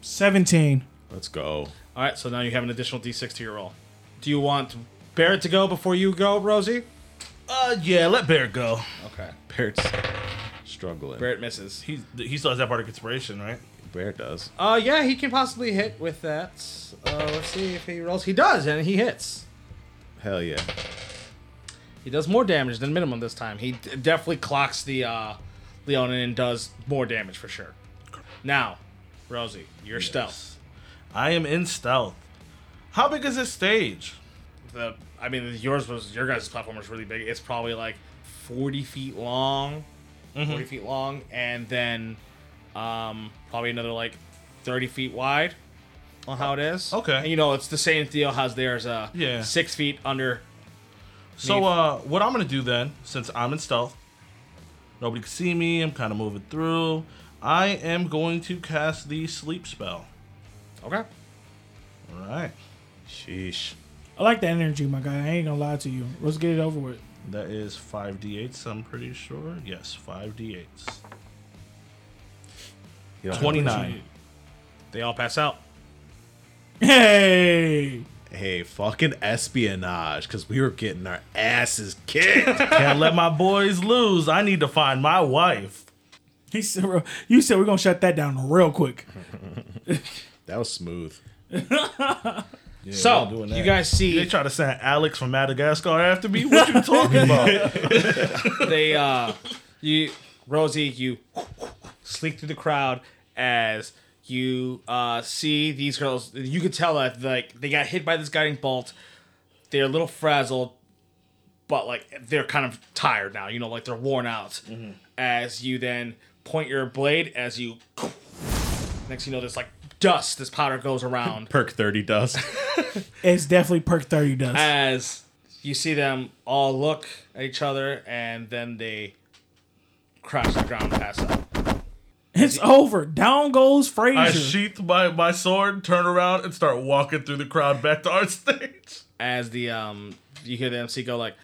Seventeen.
Let's go.
All right, so now you have an additional d6 to your roll. Do you want Barrett to go before you go, Rosie?
Uh, yeah, let Bear go.
Okay.
Barrett's struggling.
Barrett misses.
He, he still has that part of inspiration, right?
Barrett does.
Uh, yeah, he can possibly hit with that. Uh, let's see if he rolls. He does, and he hits.
Hell yeah.
He does more damage than minimum this time. He d- definitely clocks the uh, Leon and does more damage for sure. Now, Rosie, your stealth.
I am in stealth. How big is this stage?
The I mean, yours was your guys' platform was really big. It's probably like forty feet long,
Mm-hmm.
forty feet long, and then um, probably another like thirty feet wide. On how it is.
Uh, Okay.
And you know, it's the same deal as theirs. Uh,
Yeah.
Six feet under
So,
Neat.
uh, what I'm gonna do then, since I'm in stealth, nobody can see me. I'm kind of moving through. I am going to cast the sleep spell.
Okay.
All right,
Sheesh.
I like the energy, my guy. I ain't gonna lie to you. Let's get it over with.
that is five d8s. I'm pretty sure. Yes, five d8s.
You don't have-
Twenty nine.
They all pass out.
Hey,
Hey, fucking espionage, because we were getting our asses kicked.
Can't let my boys lose. I need to find my wife.
he said, "You said we're gonna shut that down real quick."
that was smooth.
we're
so
doing
you
that.
guys
They
see
try to send Alex from Madagascar after me. What you talking about?
they uh you Rosie, you sneak through the crowd as you uh, see these girls. You could tell that like they got hit by this guiding bolt. They're a little frazzled, but like they're kind of tired now. You know, like they're worn out. As you then point your blade, as you next, you know, there's like dust. This powder goes around.
Perk 30 dust.
It's definitely perk thirty does.
as you see them all look at each other and then they crash to the ground and pass out.
it's over. Down goes
I
Frazier.
sheath my, my sword, turn around, and start walking through the crowd back to our stage.
As the um you hear the MC go like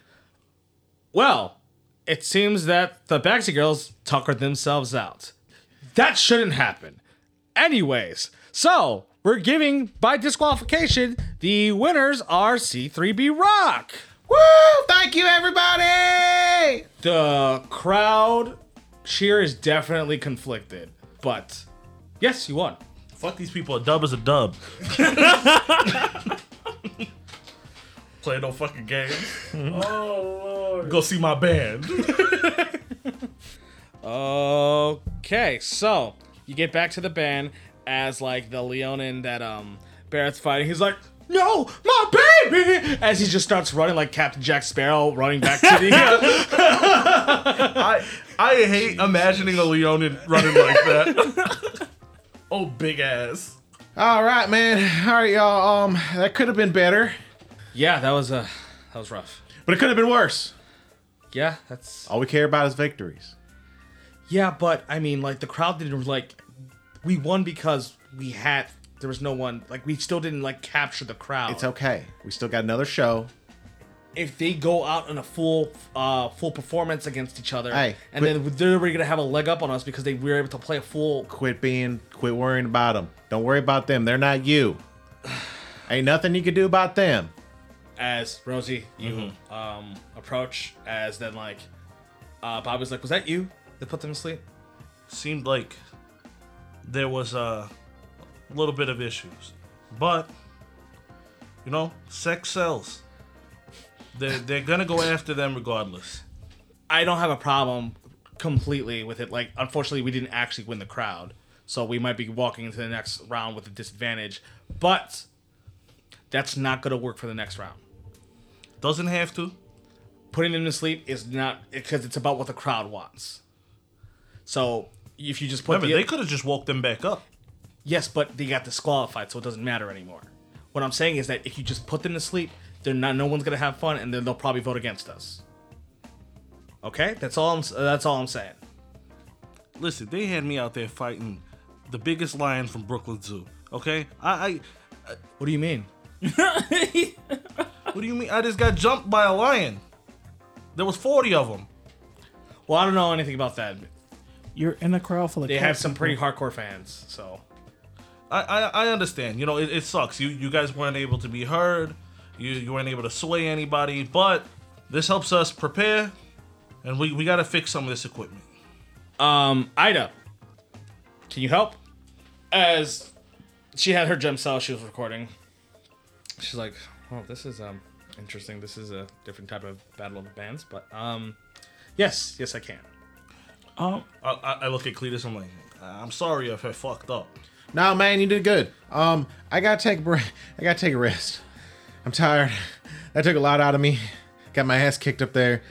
Well, it seems that the Backseat girls tuckered themselves out. That shouldn't happen. Anyways, so we're giving by disqualification the winners are C3B Rock.
Woo! Thank you, everybody!
The crowd cheer is definitely conflicted, but yes, you won.
Fuck these people. A dub is a dub. Play no fucking games. oh lord. Go see my band.
Okay, so you get back to the band as like the Leonin that um Barrett's fighting. He's like, "No, my baby!" As he just starts running like Captain Jack Sparrow running back to the.
I I hate imagining a Leonin running like that. oh big ass.
All right, man. All right, y'all. Um, that could have been better,
yeah, that was uh, that was rough.
but it could have been worse.
Yeah, that's
All we care about is victories.
yeah, but I mean, like the crowd didn't like we won because we had there was no one like we still didn't like capture the crowd.
It's okay. We still got another show.
if they go out in a full uh full performance against each other
Hey,
and then
quit-
they're already gonna have a leg up on us because they were able to play a full
Quit being, quit worrying about them. Don't worry about them. They're not you. Ain't nothing you can do about them.
as rosie you
Mm-hmm.
um approach as then like uh bobby's like was that you that put them to sleep
Seemed like there was a little bit of issues. But you know, sex sells. They're, they're gonna go after them regardless.
i don't have a problem completely with it like unfortunately we didn't actually win the crowd so we might be walking into the next round with a disadvantage but that's not gonna work for the next round
Doesn't have to.
putting them to sleep is not because it's about what the crowd wants. So if you just put
Remember,
the,
they could have just woke them back up.
yes, but they got disqualified, so it doesn't matter anymore. What I'm saying is that if you just put them to sleep, they're not. No one's gonna have fun, and then they'll probably vote against us. Okay, that's all. I'm, s- that's all I'm saying.
listen, they had me out there fighting the biggest lion from Brooklyn Zoo. Okay, I,
What do you mean?
I what do you mean? I just got jumped by a lion. There was forty of them.
Well, I don't know anything about that.
You're in a crowd full of.
They have
cats.
some pretty hardcore fans, so
I, I, I understand. You know, it, it sucks. You you guys weren't able to be heard. You you weren't able to sway anybody. But this helps us prepare, and we we gotta fix some of this equipment.
Um, Ida, can you help? As she had her gem cell, she was recording. She's like, "Oh, this is um interesting. This is a different type of battle of the bands." But um, yes, yes, I can.
Um,
I, I, I look at Cletus. I'm like, I'm sorry if I fucked up.
No, man, you did good. Um, I gotta take a break. I gotta take a rest. I'm tired. That took a lot out of me. Got my ass kicked up there.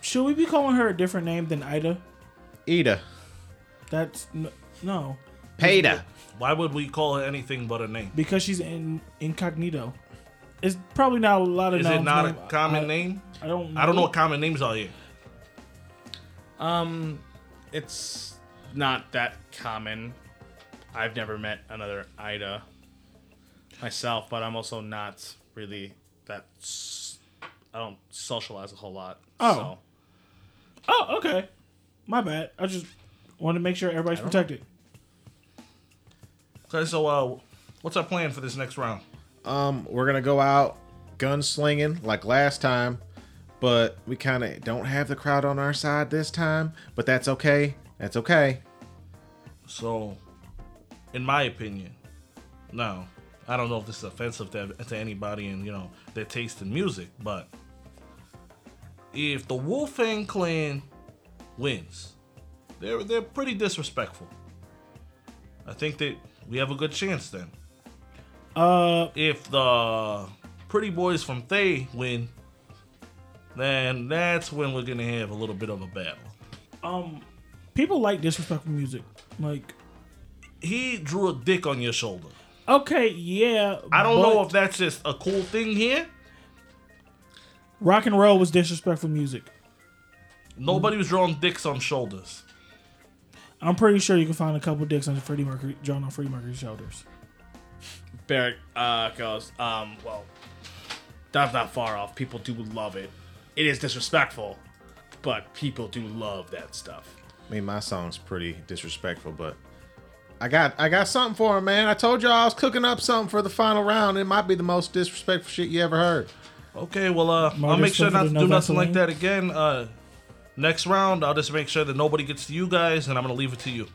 should we be calling her a different name than Ida?
Ida.
That's n- no,
Peta.
Why would we call it anything but a name?
because she's in incognito. It's probably not a lot of.
Is it
nouns
not a
named-
common
I-
name?
I don't.
I don't know what common names are here.
Um, it's not that common. I've never met another Ida myself, but I'm also not really that. s- I don't socialize a whole lot.
Oh.
so.
Oh, okay. My bad. I just want to make sure everybody's protected.
Okay, so uh, what's our plan for this next round?
Um, we're gonna go out gunslinging like last time, but we kind of don't have the crowd on our side this time. But that's okay. That's okay.
So, in my opinion, now I don't know if this is offensive to, to anybody and you know their taste in music, but if the Wolfang Clan wins. They're they're pretty disrespectful. I think that we have a good chance then.
Uh,
If the pretty boys from Thay win, then that's when we're gonna have a little bit of a battle.
um, people like disrespectful music. Like,
He drew a dick on your shoulder.
okay, yeah.
I don't know
but
if that's just a cool thing here.
rock and roll was disrespectful music.
Nobody was drawing dicks on shoulders.
I'm pretty sure you can find a couple dicks on Freddie Mercury drawn on Freddie Mercury's shoulders.
Barrett uh, goes, um, well, that's not far off. People do love it. It is disrespectful, but people do love that stuff.
I mean, my song's pretty disrespectful, but I got I got something for him, man. I told y'all I was cooking up something for the final round. It might be the most disrespectful shit you ever heard.
Okay, well, uh, I'll
Martyrs
make sure
suffered
not to
no
do nothing
Vaseline?
like that again. Uh, next round, I'll just make sure that nobody gets to you guys, and I'm gonna leave it to you.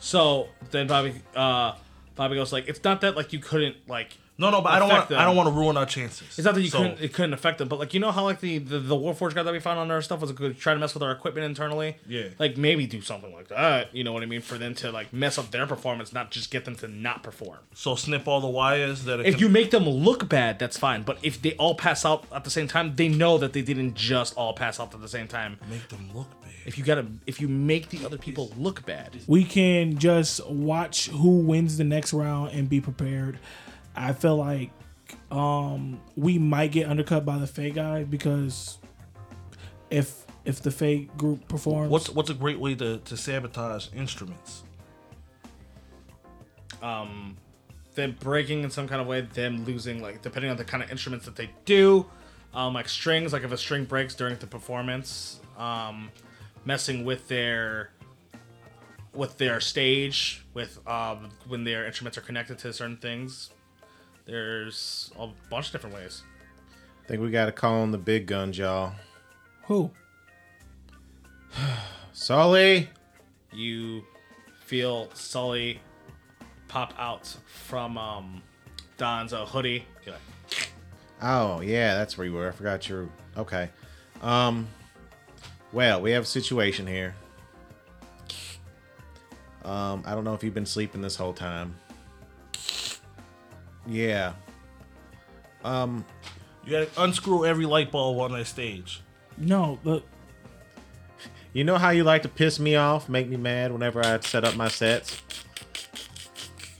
So then Bobby, uh, Bobby goes like, it's not that like you couldn't like,
No, no, but I don't
Affect
want.
them.
I don't want to ruin our chances.
it's not that you
So,
couldn't it couldn't affect them, but like you know how like the the, the Warforged guy that we found on our stuff was good, trying to mess with our equipment internally.
Yeah.
like maybe do something like that. You know what I mean? For them to like mess up their performance, not just get them to not perform.
So snip all the wires that. It
If
can-
you make them look bad, that's fine. But if they all pass out at the same time, they know that they didn't just all pass out at the same time.
make them look big,
If you gotta, if you make the other people look bad,
We can just watch who wins the next round and be prepared. I feel like um we might get undercut by the Faye guy because if if the Faye group performs,
what's what's a great way to, to sabotage instruments?
them breaking in some kind of way, them losing, like depending on the kind of instruments that they do, um, like strings, like if a string breaks during the performance, um, messing with their with their stage, with um, when their instruments are connected to certain things. There's a bunch of different ways.
I think we got to call on the big guns, y'all.
who?
Sully,
you feel Sully pop out from um, Don's uh, hoodie. You're like,
Oh yeah, that's where you were. I forgot you. Were... Okay. Um. Well, we have a situation here. Um, I don't know if you've been sleeping this whole time. Yeah.
You gotta unscrew every light bulb on that stage.
No, the
You know how you like to piss me off, make me mad whenever I set up my sets?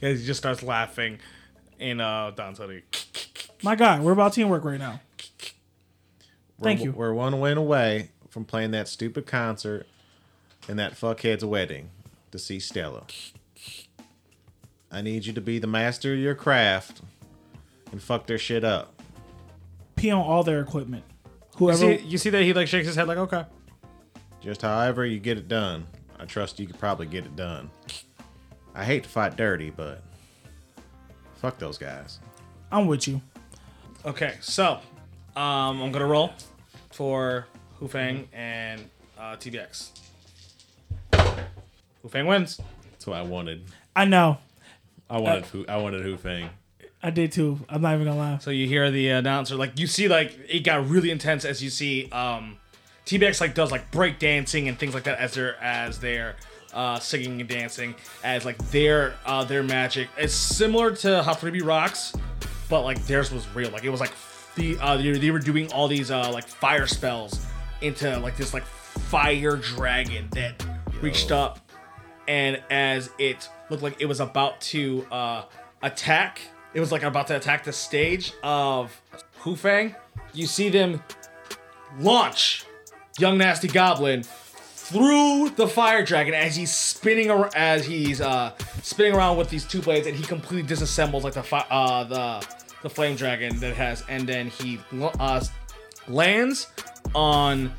yeah, he just starts laughing in uh, Don's hoodie.
my guy, we're about teamwork right now. Thank
we're,
you.
We're one win away from playing that stupid concert and that fuckhead's wedding to see Stella. I need you to be the master of your craft and fuck their shit up.
Pee on all their equipment.
You
Whoever
see, you see that he like shakes his head like, okay.
Just however you get it done. I trust you could probably get it done. I hate to fight dirty, but fuck those guys.
I'm with you.
Okay, so um, I'm gonna roll for Hu Fang and uh, TBX. Hu Fang wins. Uh,
That's what I wanted.
I know.
I wanted Hu I wanted Hu Fang.
I did too. I'm not even gonna lie.
So you hear the announcer like you see like it got really intense as you see um T-Bex like does like break dancing and things like that as they're as they're uh, singing and dancing as like their uh, their magic. It's similar to how 3B rocks, but like theirs was real. Like it was like the uh, they, they were doing all these uh, like fire spells into like this like fire dragon that reached up and as it looked like it was about to uh, attack, it was like about to attack the stage of Hu Fang. You see them launch Young Nasty Goblin through the fire dragon as he's spinning around, as he's uh, spinning around with these two blades, and he completely disassembles like the fi- uh, the the flame dragon that it has, and then he lo- uh, lands on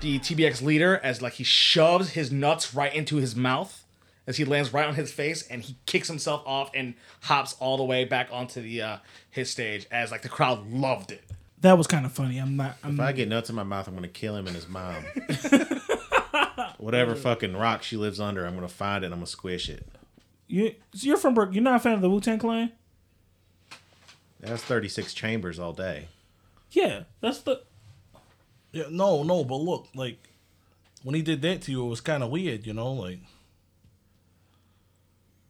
the TBX leader as like he shoves his nuts right into his mouth as he lands right on his face and he kicks himself off and hops all the way back onto the uh, his stage as like the crowd loved it.
That was kind of funny. I'm not. I'm
If I get nuts in my mouth, I'm gonna kill him and his mom. Whatever fucking rock she lives under, I'm gonna find it. and I'm gonna squish it.
you. So you're from Brook. You're not a fan of the Wu Tang Clan?
That's 36 chambers all day.
Yeah, that's the.
Yeah, no, no, but look, like when he did that to you, it was kind of weird, you know. Like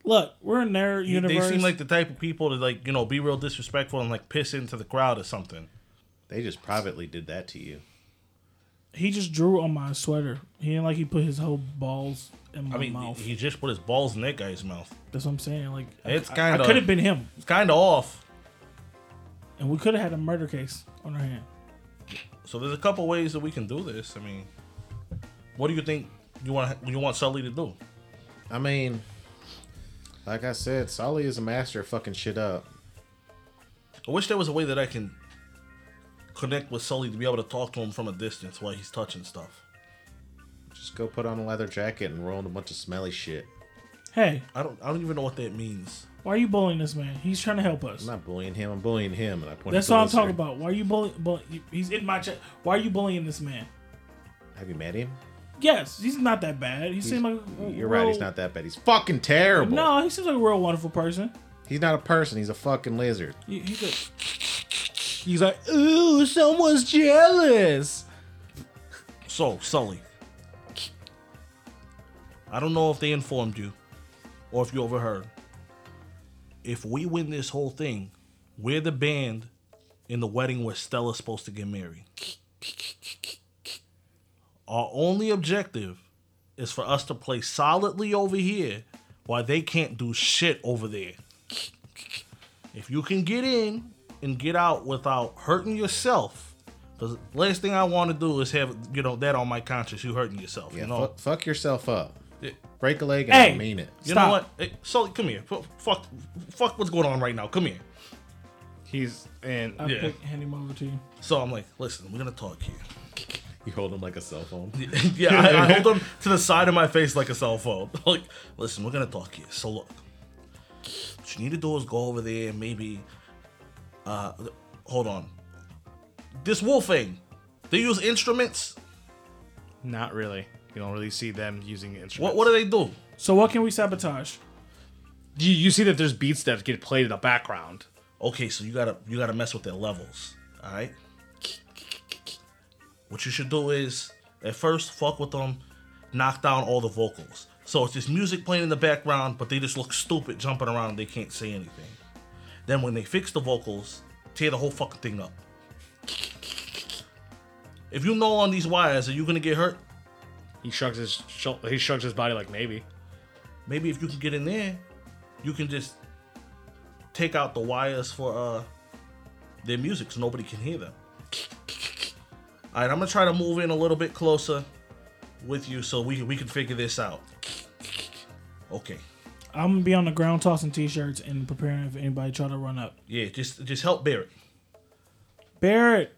Look, we're in their universe.
they seem like the type of people to like you know be real disrespectful and like piss into the crowd or something.
They just privately did that to you.
he just drew on my sweater. He didn't like he put his whole balls in my
I mean,
mouth.
he just put his balls in that guy's mouth.
That's what I'm saying. Like
It's
I- I-
kinda-
I could have been him,
It's kind of off.
and we could have had a murder case on our hand.
So there's a couple ways that we can do this. I mean, what do you think you want you want Sully to do?
I mean, like I said, Sully is a master of fucking shit up.
I wish there was a way that I can connect with Sully to be able to talk to him from a distance while he's touching stuff.
Just go put on a leather jacket and roll in a bunch of smelly shit.
Hey,
I don't I don't even know what that means.
why are you bullying this man? He's trying to help us.
I'm not bullying him. I'm bullying him, and I point.
That's
to
all I'm
Lizard.
talking about. Why are you bullying? Bull- he's in my chest. Why are you bullying this man?
Have you met him?
Yes, he's not that bad. He seems like a
You're right. He's
real-
not that bad. He's fucking terrible.
Oh, No, he seems like a real wonderful person.
He's not a person. He's a fucking lizard.
He, he could.
He's like, ooh, someone's jealous.
So Sully, I don't know if they informed you or if you overheard. If we win this whole thing, we're the band in the wedding where Stella's supposed to get married. Our only objective is for us to play solidly over here while they can't do shit over there. If you can get in and get out without hurting yourself, because last thing I want to do is have you know that on my conscience. You hurting yourself,
Yeah,
you know.
fu- fuck yourself up.
Yeah.
Break a leg, and
Hey.
I mean it.
You
Stop.
know what? Hey, Sully, come here. F- fuck, fuck, what's going on right now? Come here.
He's and
I
Yeah.
pick hand him over to you.
So I'm like, listen, we're gonna talk here.
You hold him like a cell phone.
yeah, I, I hold them to the side of my face like a cell phone. like, listen, we're gonna talk here. So look, what you need to do is go over there and maybe, uh, th- hold on. This wolf thing, they use instruments.
not really. You don't really see them using instruments.
What what do they do?
So what can we sabotage?
you, you see that there's beats that get played in the background.
Okay, so you gotta you gotta mess with their levels. All right. What you should do is at first fuck with them, knock down all the vocals. So it's just music playing in the background, but they just look stupid jumping around. They can't say anything. Then when they fix the vocals, tear the whole fucking thing up. If you know on these wires, are you gonna get hurt?
He shrugs his shul- he shrugs his body like maybe.
Maybe if you can get in there, you can just take out the wires for uh their music so nobody can hear them. Alright, I'm gonna try to move in a little bit closer with you so we we can figure this out. Okay.
I'm gonna be on the ground tossing t-shirts and preparing if anybody try to run up.
Yeah, just just help bear it.
Barrett,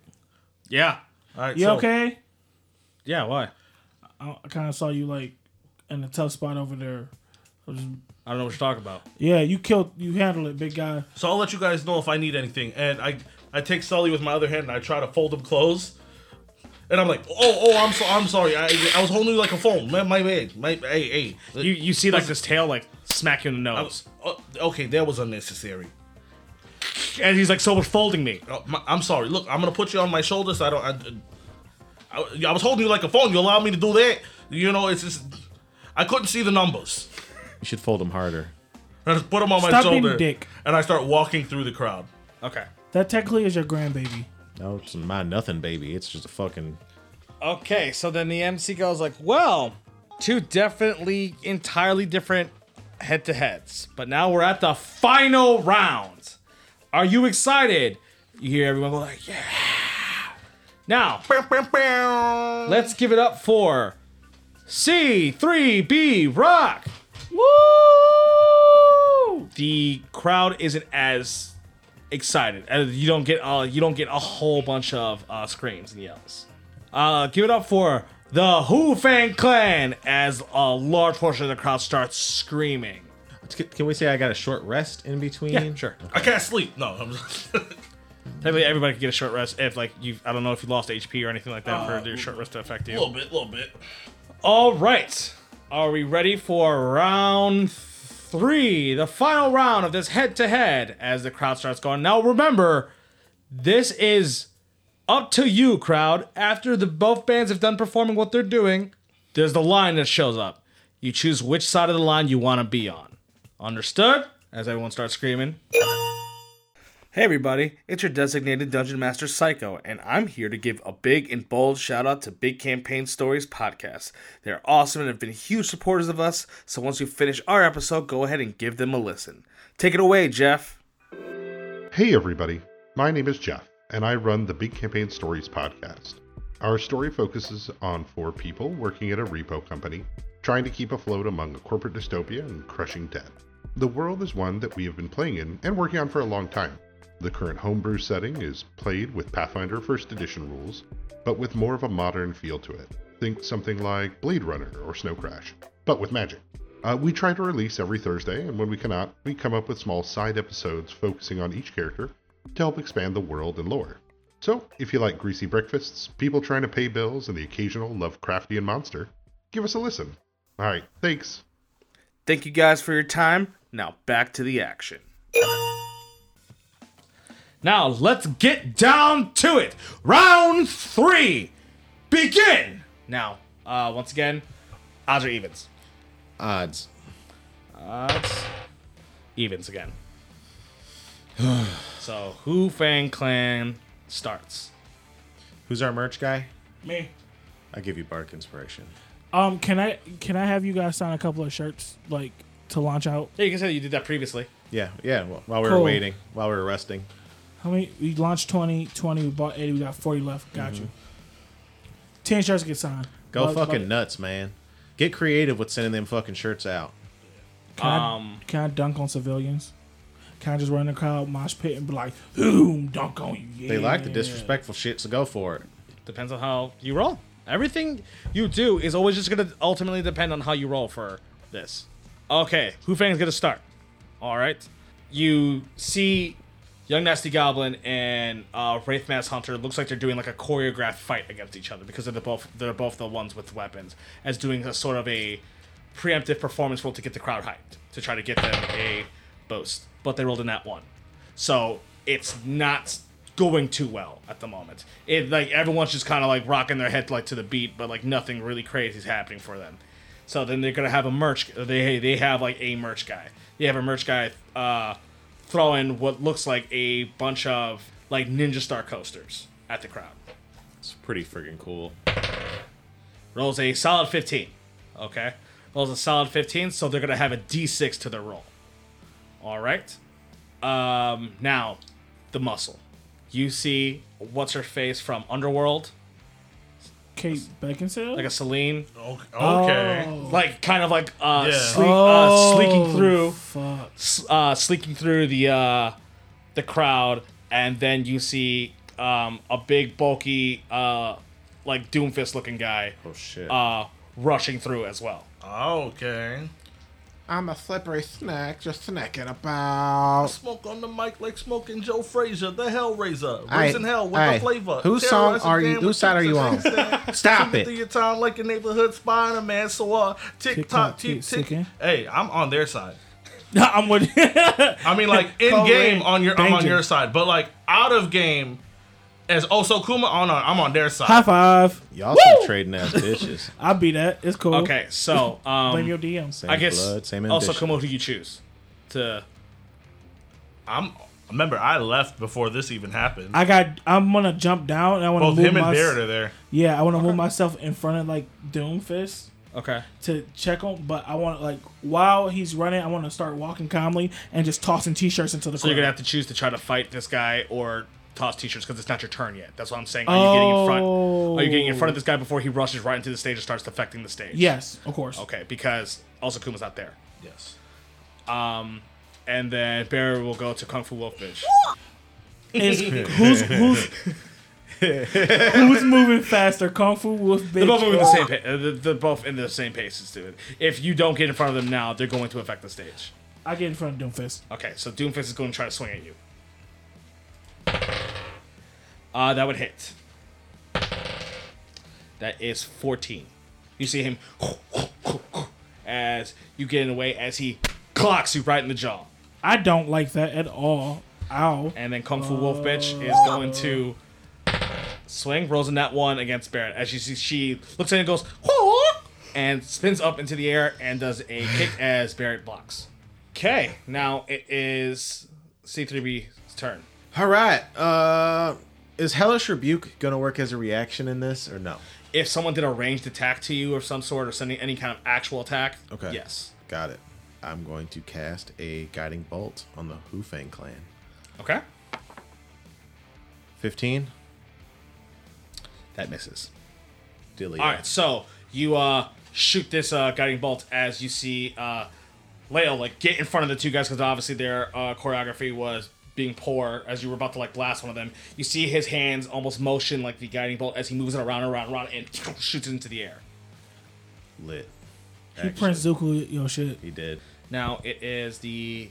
Yeah.
Alright,
you
so
okay?
Yeah, why?
I, I kind of saw you like in a tough spot over there. I was-
I don't know what you're talking about.
yeah, you killed. You handled it, big guy.
So I'll let you guys know if I need anything. And I I take Sully with my other hand and I try to fold him close. And I'm like, oh, oh, I'm so, I'm sorry. I, I was holding you like a phone. My, my bad. My, hey, hey.
You you see like this tail like smack you in the
I
nose.
was- oh, okay, that was unnecessary.
And he's like, so what's folding me?
Oh, my- I'm sorry. Look, I'm gonna put you on my shoulder so I don't. I, I, I was holding you like a phone. You allowed me to do that. You know, it's just I couldn't see the numbers.
You should fold him harder.
I just put them on my
Stop being
shoulder,
dick.
and I start walking through the crowd.
Okay.
That technically is your grandbaby.
No, it's my nothing, baby. It's just a fucking.
Okay, so then the MC goes like, well, two definitely entirely different head to heads. But now we're at the final round. Are you excited? You hear everyone go like, yeah. Now, let's give it up for C3B Rock. Woo! The crowd isn't as excited. Uh, You don't get uh, you don't get a whole bunch of uh, screams and yells. Uh, give it up for the Hu Fang Clan as a large portion of the crowd starts screaming.
Can we say I got a short rest in between?
I can't sleep. No, I'm just,
Technically, everybody could get a short rest if, like, you. I don't know if you lost HP or anything like that for your short rest to affect
a
you.
little bit, a little bit.
All right, are we ready for round three, the final round of this head-to-head? As the crowd starts going. Now, remember, this is up to you, crowd. After the both bands have done performing what they're doing, There's the line that shows up. You choose which side of the line you want to be on. Understood? As everyone starts screaming. Hey everybody, it's your designated Dungeon Master Psycho, and I'm here to give a big and bold shout out to Big Campaign Stories Podcast. They're awesome and have been huge supporters of us, so once you finish our episode, go ahead and give them a listen. Take it away, Jeff.
Hey, everybody. My name is Jeff, and I run the Big Campaign Stories podcast. Our story focuses on four people working at a repo company, trying to keep afloat among a corporate dystopia and crushing debt. The world is one that we have been playing in and working on for a long time. The current homebrew setting is played with Pathfinder 1st Edition rules, but with more of a modern feel to it. Think something like Blade Runner or Snow Crash, but with magic. Uh, we try to release every Thursday, and when we cannot, we come up with small side episodes focusing on each character to help expand the world and lore. So, if you like greasy breakfasts, people trying to pay bills, and the occasional Lovecraftian monster, give us a listen. All right, thanks.
Thank you guys for your time. Now back to the action. Now let's get down to it. Round three, begin. Now, uh, once again, odds or evens?
Odds.
Odds, evens again. so, Hu Fang Clan starts.
Who's our merch guy?
Me.
I give you bark inspiration.
Um, can I can I have you guys sign a couple of shirts like to launch out?
Yeah, you can say you did that previously.
Yeah, yeah. wh- While we were
Cool.
waiting, while we were resting,
How many? We launched 20, 20, We bought eighty. We got forty left. Got
Mm-hmm.
you. Ten shirts get signed.
go
Well,
fucking
but
nuts, man. Get creative with sending them fucking shirts out.
Can,
Um,
I, can I dunk on civilians? Can I just run in the crowd, mosh pit, and be like, "Boom, dunk on you"?
They like the
yeah."
disrespectful shit, so go for it.
Depends on how you roll. Everything you do is always just gonna ultimately depend on how you roll for this. Okay, Hu Fang's gonna start. All right, you see Young Nasty Goblin and uh, Wraith Mass Hunter. It looks like they're doing like a choreographed fight against each other because they're both they're both the ones with weapons, as doing a sort of a preemptive performance roll to get the crowd hyped to try to get them a boost. But they rolled in that one, so it's not going too well at the moment. It like everyone's just kind of like rocking their head like to the beat, but like nothing really crazy is happening for them. So then they're gonna have a merch. They they have like a merch guy. They have a merch guy uh, throwing what looks like a bunch of like ninja star coasters at the crowd.
It's pretty freaking cool.
Rolls a solid fifteen. Okay, rolls a solid fifteen. So they're gonna have a D six to their roll. All right. Um, now, the muscle. You see what's her face from Underworld,
Kate Beckinsale.
like a Celine,
Okay.
Oh.
okay.
like kind of like uh,
Yeah.
sle- uh sleeking through.
Fuck.
uh, sleeking through the uh, the crowd, and then you see um, a big, bulky, uh, like Doomfist looking guy
Oh shit.
uh, rushing through as well.
Okay.
I'm a slippery snack, just snacking about.
Smoke on the mic like smoking Joe Frazier, the Hellraiser, raising hell with
aye.
the flavor.
Whose song
Terrorizing
are you-
gang with
whose side are you
chips and
on?
things.
Stop
Coming Through
it.
your town like a neighborhood Spider Man. So uh, tick tock,
Tick-tock,
tick tick.
tick-ticking.
Hey, I'm on their side.
I'm with.
I mean, like in
Code
game
red,
on your, I'm on
danger.
your side, but like out of game, as also Kuma on, on I'm on their side.
High five.
Y'all some trading ass bitches.
I'll be that. It's cool.
Okay, so
Oh. Blame
um,
your DMs.
Same
I guess
blood, same
also
ambition.
come who you choose to.
I'm. Remember, I left before this even happened.
I got. I'm gonna jump down. And I want to
Both
move
him and
my-
Barrett are there.
Yeah, I want to move myself in front of like Doomfist
Okay.
to check on, but I want like while he's running, I want to start walking calmly and just tossing t-shirts into the.
So you're
crowd.
gonna have to choose to try to fight this guy or toss t-shirts because it's not your turn yet. That's what I'm saying. Are you getting in front? Are you getting in front of this guy before he rushes right into the stage and starts affecting the stage?
Yes, of course.
Okay, because also Kuma's not there.
Yes.
and then Barry will go to Kung Fu Wolf Bitch.
Is- who's who's who's moving faster, Kung Fu Wolf bitch?
They're both moving the same. Pa- uh, they're- they're both in the same paces, dude. If you don't get in front of them now, they're going to affect the stage.
I get in front of Doomfist.
Okay, so Doomfist is going to try to swing at you. Uh, that would hit. That is 14. You see him as you get in the way as he clocks you right in the jaw.
I don't like that at all. Ow.
And then Kung Fu Wolf Bitch is going to swing, rolls in that one against Barrett. As you see, she looks at it and goes, "Huh?" and spins up into the air and does a kick as Barrett blocks. Okay, now it is C3B's turn.
All right. Uh, is Hellish Rebuke going to work as a reaction in this or no?
If someone did a ranged attack to you of some sort or sending any kind of actual attack,
Okay.
yes.
Got it. I'm going to cast a Guiding Bolt on the Hufang clan.
Okay.
15. That misses. Dilly.
All right, so you uh, shoot this uh, guiding bolt as you see uh, Leo like get in front of the two guys because obviously their uh, choreography was being poor as you were about to like blast one of them. You see his hands almost motion like the guiding bolt as he moves it around, around, around, and shoots it into the air.
Lit.
You Prince Zuko, yo shit.
He did.
Now it is the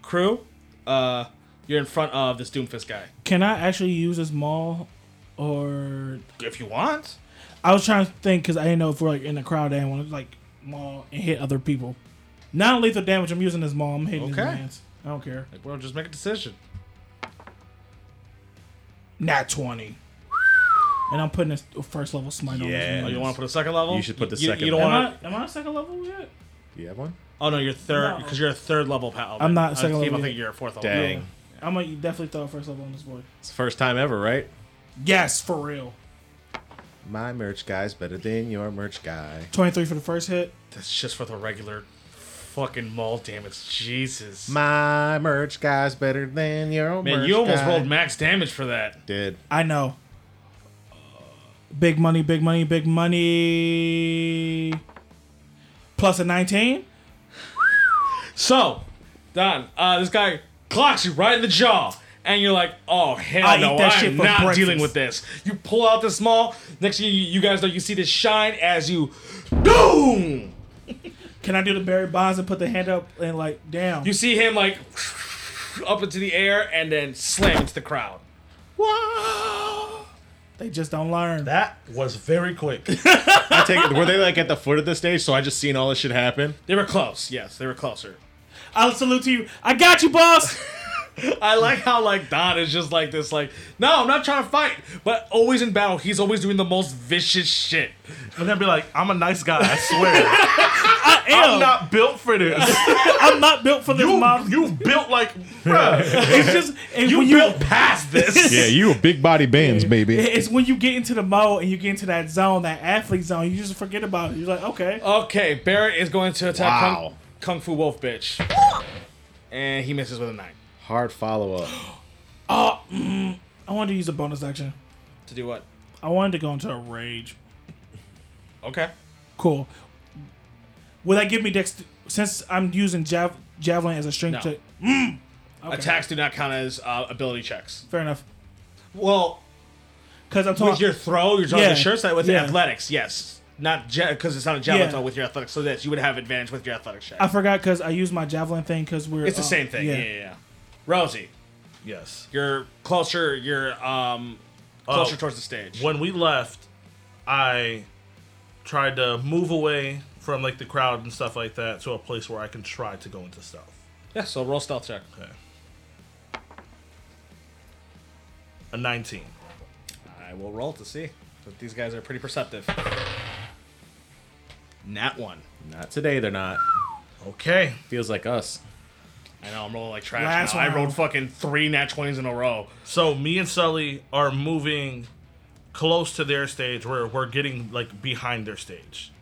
crew. Uh, you're in front of this Doomfist guy.
Can I actually use this mall, or
If you want,
I was trying to think because I didn't know if we're like in the crowd. I didn't want to like maul and hit other people. Non-lethal damage. I'm using this maul. I'm hitting his
Okay.
hands. I don't care.
like, well, just make a decision.
Nat twenty. And I'm putting this first level smite on
Yeah.
this
Oh,
one.
you want to put a second level?
You should put the
you,
second
You don't
Am
want.
I, am I a second level yet?
Do you have one?
Oh no, you're third
No.
because you're a third level pal.
I'm not
I
second
keep
level
on
yet.
thinking you're a fourth level.
Dang.
I'm gonna definitely throw a first level on this boy.
It's the first time ever, right?
Yes, for real.
My merch guy's better than your merch guy.
Twenty three for the first hit.
That's just for the regular fucking maul damage. Jesus.
My merch guy's better than your
Man,
merch
you almost
guy.
rolled max damage for that.
Did.
I know. Big money, big money, big money. Plus a 19.
So, Don, uh, this guy clocks you right in the jaw, and you're like, "Oh hell
I'll
no,
eat that
I'm
shit for
not
breakfast.
dealing with this." You pull out this maul. Next thing you, you guys know, you see this shine as you, boom.
Can I do the Barry Bonds and put the hand up and like, damn.
You see him like up into the air and then slam into the crowd.
they just don't learn.
That was very quick.
I take were they like at the foot of the stage, so I just seen all this shit happen?
They were close. Yes, they were closer.
I'll salute to you. I got you, boss.
I like how like Don is just like this, like, no, I'm not trying to fight, but always in battle, he's always doing the most vicious shit.
And then be like, I'm a nice guy, I swear. I am. I'm not built for this.
I'm not built for this,
You,
mom.
you built like, bruh.
It's just and
You
when you
built past this.
Yeah, you a big body bands, baby.
it's when you get into the mode and you get into that zone, that athlete zone, you just forget about it. You're like, okay.
Oh. Okay, Barrett is going to attack
Wow.
Kung, Kung Fu Wolf bitch. And he misses with a nine.
Hard follow up.
I wanted to use a bonus action.
To do what?
I wanted to go into a rage.
Okay.
Cool. Will that give me dex? Since I'm using jav- javelin as a string
No.
check.
Attacks do not count as uh, ability checks.
Fair enough.
Well,
Because I'm
with
talking.
your throw, you're talking
Yeah.
the shirt side with
Yeah.
athletics, yes. Not because it's not a javelin
Yeah.
throw with your athletics, so yes, you would have advantage with your athletics check.
I forgot because I used my javelin thing because we're.
it's the
uh,
same thing. Oh. yeah, yeah. yeah. Rosie,
Yes. Uh,
you're closer. You're um closer towards the stage.
When we left, I tried to move away from like the crowd and stuff like that to a place where I can try to go into stealth.
Yeah, so roll stealth check.
Okay. A 19.
I will roll to see. But these guys are pretty perceptive. Nat one.
Not today they're not.
Okay.
Feels like us.
I know I'm rolling like trash.
Last
now. I rolled
round.
fucking three nat twenties in a row.
So me and Sully are moving close to their stage where we're getting like behind their stage.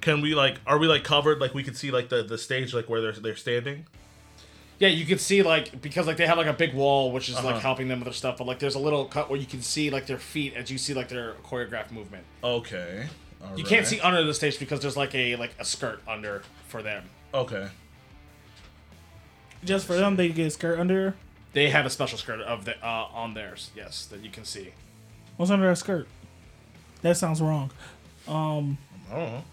Can we like are we like covered like we can see like the the stage like where they're they're standing?
Yeah, you can see like because like they have like a big wall which is like helping them with their stuff, but like there's a little cut where you can see like their feet as you see like their choreographed movement.
Okay. All
You can't
right.
see under the stage because there's like a like a skirt under for them.
Okay.
Just for them, they get a skirt under.
They have a special skirt of the uh, on theirs, yes, that you can see.
What's under that skirt? That sounds wrong. Um,
I don't know.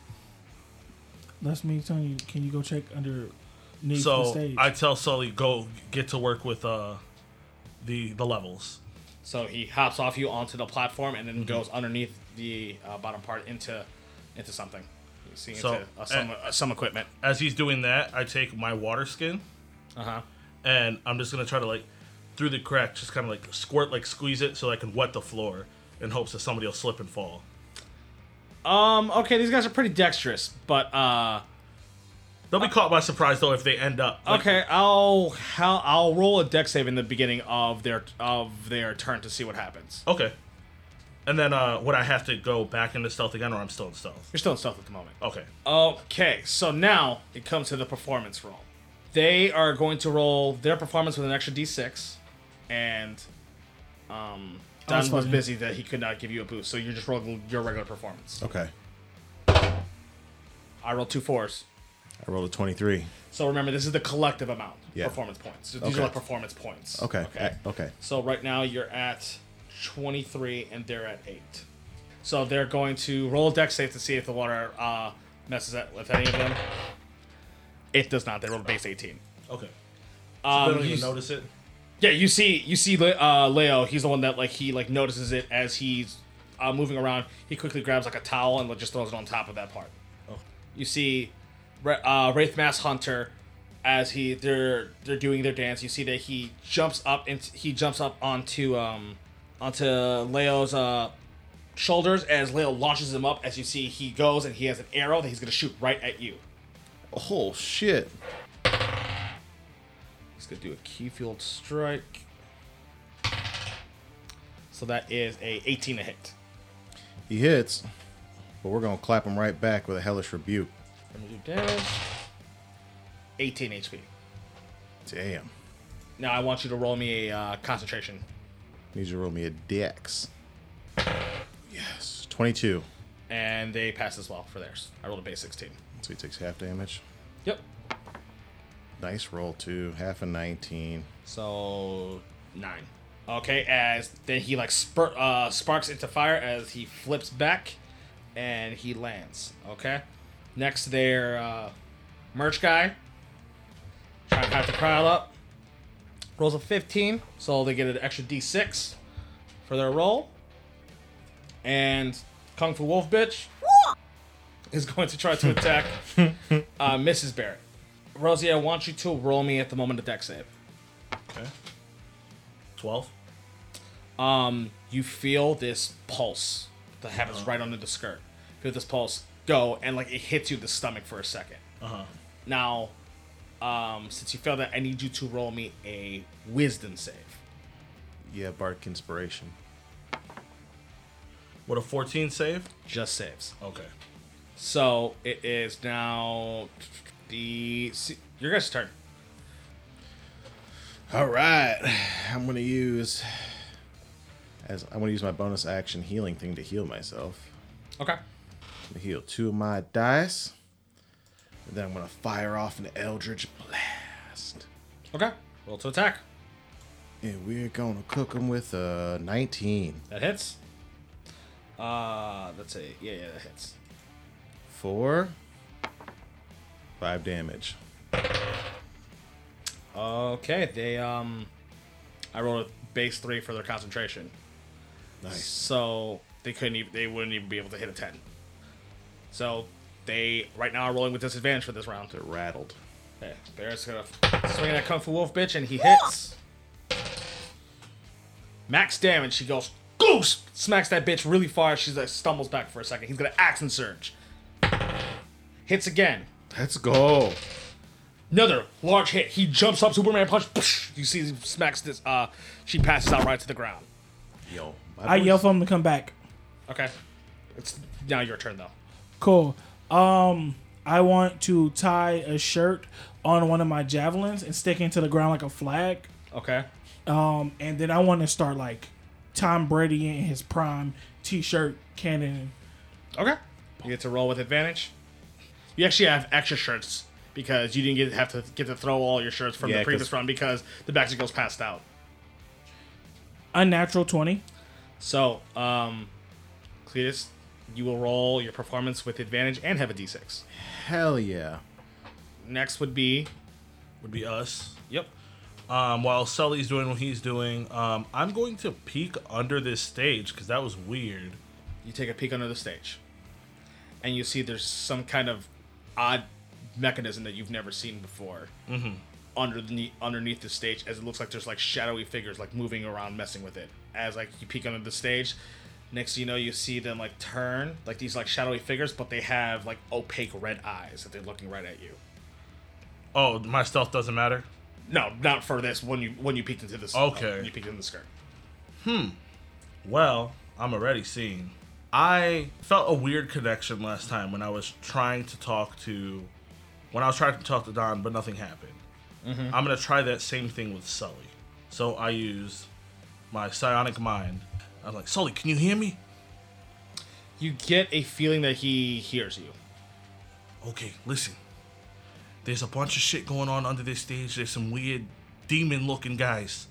That's me telling you. Can you go check under underneath the
So
stage?
I tell Sully go get to work with uh the the levels.
So he hops off you onto the platform and then goes underneath the uh, bottom part into into something. You see,
So,
into uh, some, uh, some equipment.
As he's doing that, I take my water skin
Uh huh.
and I'm just gonna try to like through the crack, just kind of like squirt, like squeeze it so I can wet the floor in hopes that somebody will slip and fall.
Um, okay, these guys are pretty dexterous, but uh
They'll be caught by surprise though if they end up. Like,
okay, I'll I'll, I'll roll a dex save in the beginning of their of their turn to see what happens.
Okay. And then uh would I have to go back into stealth again or I'm still in stealth?
You're still in stealth at the moment.
Okay.
Okay, so now it comes to the performance roll. They are going to roll their performance with an extra d6, and um, Don
that's
was
fine.
busy that he could not give you a boost, so you're just rolling your regular performance.
Okay.
I rolled two fours,
I rolled a 23.
so remember this is the collective amount
Yeah.
performance points. So these
Okay.
are like performance points.
Okay. Okay. okay.
So right now you're at 23 and they're at 8. So they're going to roll a deck save to see if the water uh, messes up with any of them. It does not. They rolled a base 18.
Okay.
Um,
they don't
you
even
s-
notice it.
Yeah, you see, you see, Le- uh, Leo. He's the one that like he like notices it as he's uh, moving around. He quickly grabs like a towel and like, just throws it on top of that part. You see, Ra- uh, Wraith Mass Hunter, as he they're they're doing their dance. You see that he jumps up and he jumps up onto um onto Leo's uh shoulders as Leo launches him up. As you see, he goes and he has an arrow that he's gonna shoot right at you.
Oh shit.
He's gonna do a key field strike. So that is a 18 to hit.
He hits, but we're gonna clap him right back with a hellish rebuke.
Let me do damage. 18 HP.
Damn.
Now I want you to roll me a uh, concentration.
Needs to roll me a dex. Yes. 22.
And they passed as well for theirs. I rolled a base 16.
So he takes half damage.
Yep.
Nice roll too. Half a 19.
So nine. Okay, as then he like spur, uh, sparks into fire as he flips back, and he lands. Okay, next their uh, merch guy trying to have to pile up. Rolls a fifteen, so they get an extra D six for their roll. And Kung Fu Wolf bitch is going to try to attack uh, Mrs. Barrett. Rosie, I want you to roll me at the moment of deck save.
Okay. Twelve.
Um, you feel this pulse that happens right under the skirt. Feel this pulse go, and like it hits you in the stomach for a second. Uh huh. Now, um, since you failed that, I need you to roll me a wisdom save.
Yeah, Bardic inspiration.
What a fourteen save?
Just saves.
Okay.
So it is now the your guys' turn.
All right. I'm gonna use as I'm gonna use my bonus action healing thing to heal myself.
Okay.
I'm gonna heal two of my dice. And then I'm gonna fire off an Eldritch Blast.
Okay. Roll to attack.
And we're gonna cook them with uh, a 19
That hits. Uh, that's a yeah, yeah, that hits.
for five damage.
Okay, they um, I rolled a base three for their concentration.
Nice.
So they couldn't even they wouldn't even be able to hit a ten. So they right now are rolling with disadvantage for this round.
They're rattled.
Okay, Barrett's gonna swing that kung fu wolf bitch and he hits. Max damage. She goes goose smacks that bitch really far. She's like stumbles back for a second. He's gonna axe and surge. Hits again.
Let's go.
Another large hit. He jumps up, Superman punch. You see, he smacks this. Uh, she passes out right to the ground.
Yo. my
I
voice-
yell for him to come back.
Okay, it's now your turn though.
Cool. Um, I want to tie a shirt on one of my javelins and stick it to the ground like a flag.
Okay.
Um, and then I want to start like Tom Brady in his prime T-shirt cannon.
Okay. You get to roll with advantage. You actually have extra shirts because you didn't get have to get to throw all your shirts from
Yeah,
the
'cause-
previous run because the Baxter girls passed out.
Unnatural twenty.
So, um, Cletus, you will roll your performance with advantage and have a d6.
Hell yeah.
Next would be
Would be us.
yep.
Um, while Sully's doing what he's doing, um, I'm going to peek under this stage because that was weird.
You take a peek under the stage, and you see there's some kind of odd mechanism that you've never seen before. Mm-hmm. Underneath, underneath the stage, as it looks like there's like shadowy figures like moving around, messing with it. As like you peek under the stage, Next, thing you know, you see them like turn like these like shadowy figures, but they have like opaque red eyes that they're looking right at you.
Oh, my stealth doesn't matter.
No, not for this. When you when you peeked into this,
Okay.
when you peeked into the skirt.
Well, I'm already seeing. I felt a weird connection last time when I was trying to talk to, when I was trying to talk to Don, but nothing happened. I'm gonna try that same thing with Sully. So I use my psionic mind. I'm like, Sully, can you hear me?
You get a feeling that he hears you.
Okay, listen. There's a bunch of shit going on under this stage. There's some weird demon-looking guys.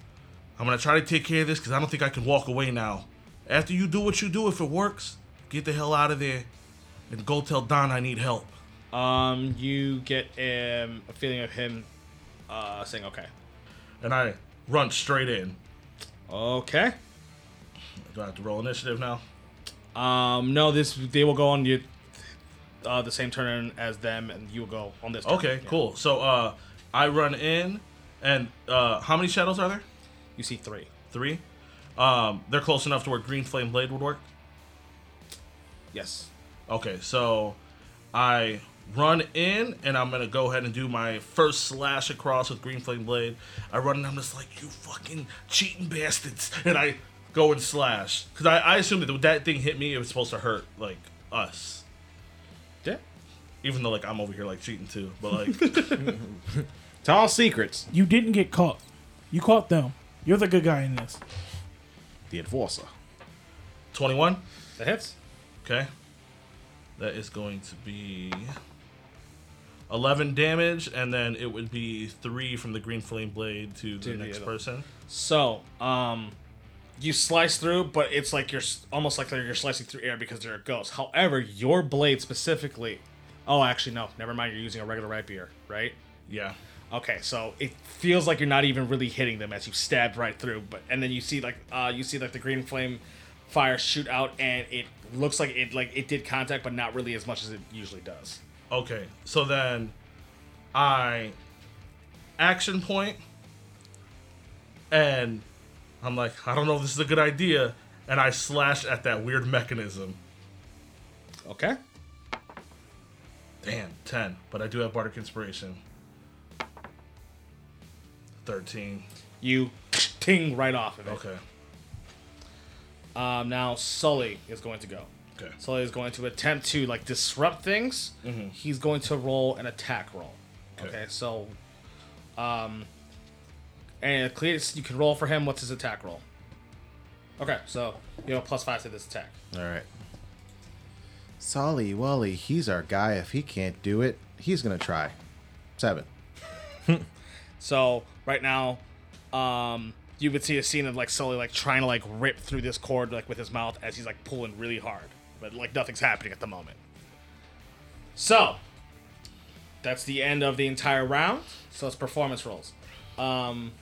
I'm gonna try to take care of this because I don't think I can walk away now. After you do what you do, if it works, get the hell out of there and go tell Don I need help.
Um, you get um, a feeling of him uh, saying, "Okay,
and I run straight in.
okay."
Do I have to roll initiative now?
Um, no, this they will go on you uh, the same turn as them, and you will go on this. Turn.
Okay,
Yeah.
cool. So uh, I run in, and uh, how many shadows are there?
You see three.
Three. Um, they're close enough to where Green Flame Blade would work.
Yes.
Okay, so I run in, and I'm gonna go ahead and do my first slash across with Green Flame Blade. I run, and I'm just like, "You fucking cheating bastards!" And I go and slash because I, I assumed that when that thing hit me, it was supposed to hurt like us.
Yeah.
Even though like I'm over here like cheating too, but like
It's all secrets.
You didn't get caught. You caught them. You're the good guy in this.
The enforcer.
21.
That hits.
Okay. That is going to be 11 damage, and then it would be 3 from the Green Flame Blade to the
the
next
other.
person.
So, um, you slice through, but it's like you're s- almost like you're slicing through air because they're ghosts. However, your blade specifically. Oh, actually, no. Never mind. You're using a regular rapier, right?
Yeah.
Okay, so it feels like you're not even really hitting them as you stab right through, but and then you see like uh you see like the green flame fire shoot out and it looks like it like it did contact but not really as much as it usually does.
Okay. So then I action point, and I'm like, I don't know if this is a good idea, and I slash at that weird mechanism.
Okay.
Damn, 10. But I do have Bardic Inspiration. 13.
You ting right off of it.
Okay.
Um now Sully is going to go.
Okay. Mm-hmm.
Sully is going to attempt to like disrupt things. He's going to roll an attack roll. Okay,
Okay.
so um and Cletus, you can roll for him. What's his attack roll? Okay, so you have a plus five to this attack.
All right. Solly Wally, he's our guy. If he can't do it, he's gonna try. Seven.
So right now, um, you would see a scene of like Sully like trying to like rip through this cord like with his mouth as he's like pulling really hard, but like nothing's happening at the moment. So that's the end of the entire round. So it's performance rolls. Um,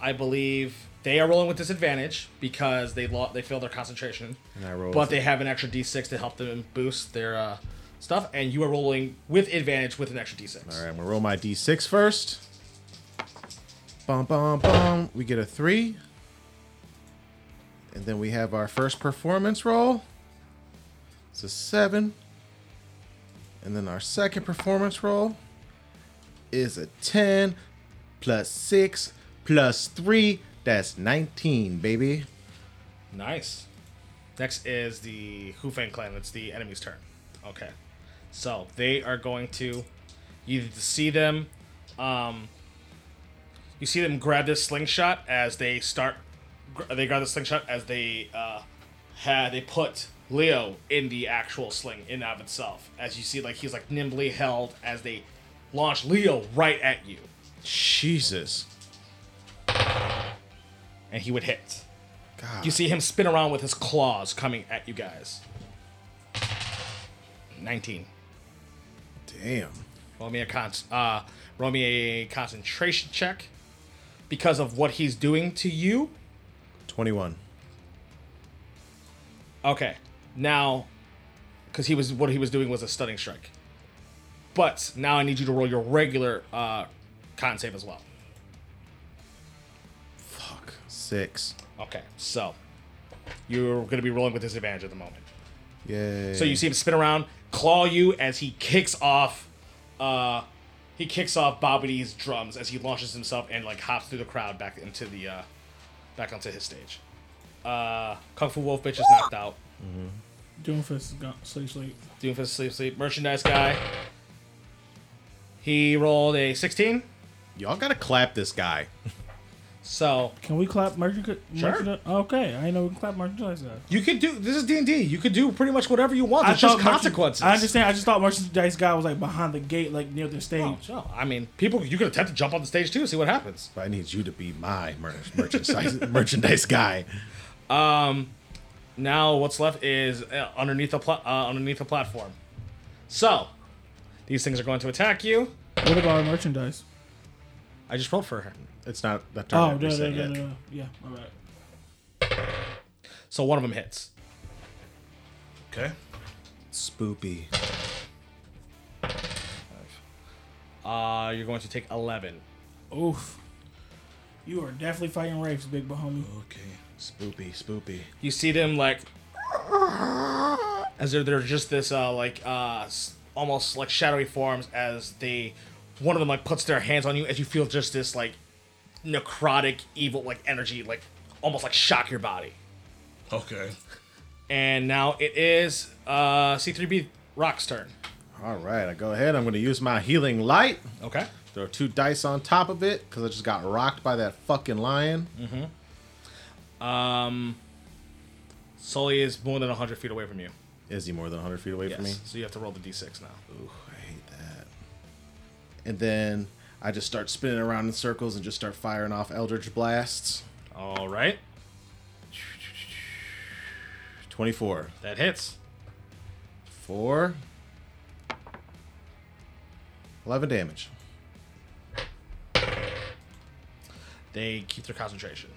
I believe they are rolling with disadvantage because they lo- they failed their concentration.
And I rolled
but they have an extra d6 to help them boost their uh, stuff, and you are rolling with advantage with an extra d6.
All right, I'm gonna roll my d6 first. Bum bum bum. We get a three, and then we have our first performance roll. It's a seven, and then our second performance roll is a ten plus six plus three. That's nineteen, baby.
Nice. Next is the Hufang clan. It's the enemy's turn. Okay. So they are going to. You see them. Um, you see them grab this slingshot as they start. gr- They grab the slingshot as they uh, had they put Leo in the actual sling in and of itself. As you see, like he's like nimbly held as they launch Leo right at you,
Jesus.
and he would hit.
God.
You see him spin around with his claws coming at you guys. 19.
Damn.
Roll me a con- uh, roll me a concentration check because of what he's doing to you.
Twenty-one.
Okay. Now cuz he was what he was doing was a stunning strike. But now I need you to roll your regular uh con save as well.
Fuck. Six.
Okay. So you're going to be rolling with disadvantage at the moment.
Yeah.
So you see him spin around, claw you as he kicks off, uh, he kicks off Bobbity's drums as he launches himself and like hops through the crowd back into the, uh, back onto his stage. Uh, Kung Fu Wolf bitch is knocked out.
Doomfist is gone. Sleep, sleep.
Doomfist sleep sleep merchandise guy. He rolled a 16,
y'all gotta clap this guy.
so
Can we clap merchandise?
Sure.
Okay, I know we can clap merchandise. Guy.
you could do this is D and D. You could do pretty much whatever you want. It's Oh, just
merchan-
consequences.
I understand. I just thought merchandise guy was like behind the gate, like near the stage.
Oh, so, I mean, people, you could attempt to jump on the stage too, see what happens.
But I need you to be my mer- merchandise merchandise guy.
Now what's left is uh, underneath the pla- uh, underneath the platform. So these things are going to attack you.
What about our merchandise?
I just rolled for her.
It's not that turn.
Oh,
Oh,
no, no, no,
yet.
no, no. yeah. All right.
So one of them hits.
Okay.
Spoopy.
Uh, you're going to take 11.
Oof. You are definitely fighting rapes, big homie.
Okay.
Spoopy. Spoopy.
You see them like as they're, they're just this uh, like uh, s- almost like shadowy forms as they one of them like puts their hands on you as you feel just this like necrotic evil like energy like almost like shock your body.
Okay.
And now it is uh, C3B Rock's turn.
All right, I go ahead. I'm gonna use my healing light.
Okay.
Throw two dice on top of it because I just got rocked by that fucking lion.
Sully is more than 100 feet away from you.
Is he more than 100 feet away
Yes.
from me?
So you have to roll the d6 now.
Ooh, I hate that. And then I just start spinning around in circles and just start firing off Eldritch blasts.
All right.
24.
That hits.
Four. 11 damage.
They keep their concentration.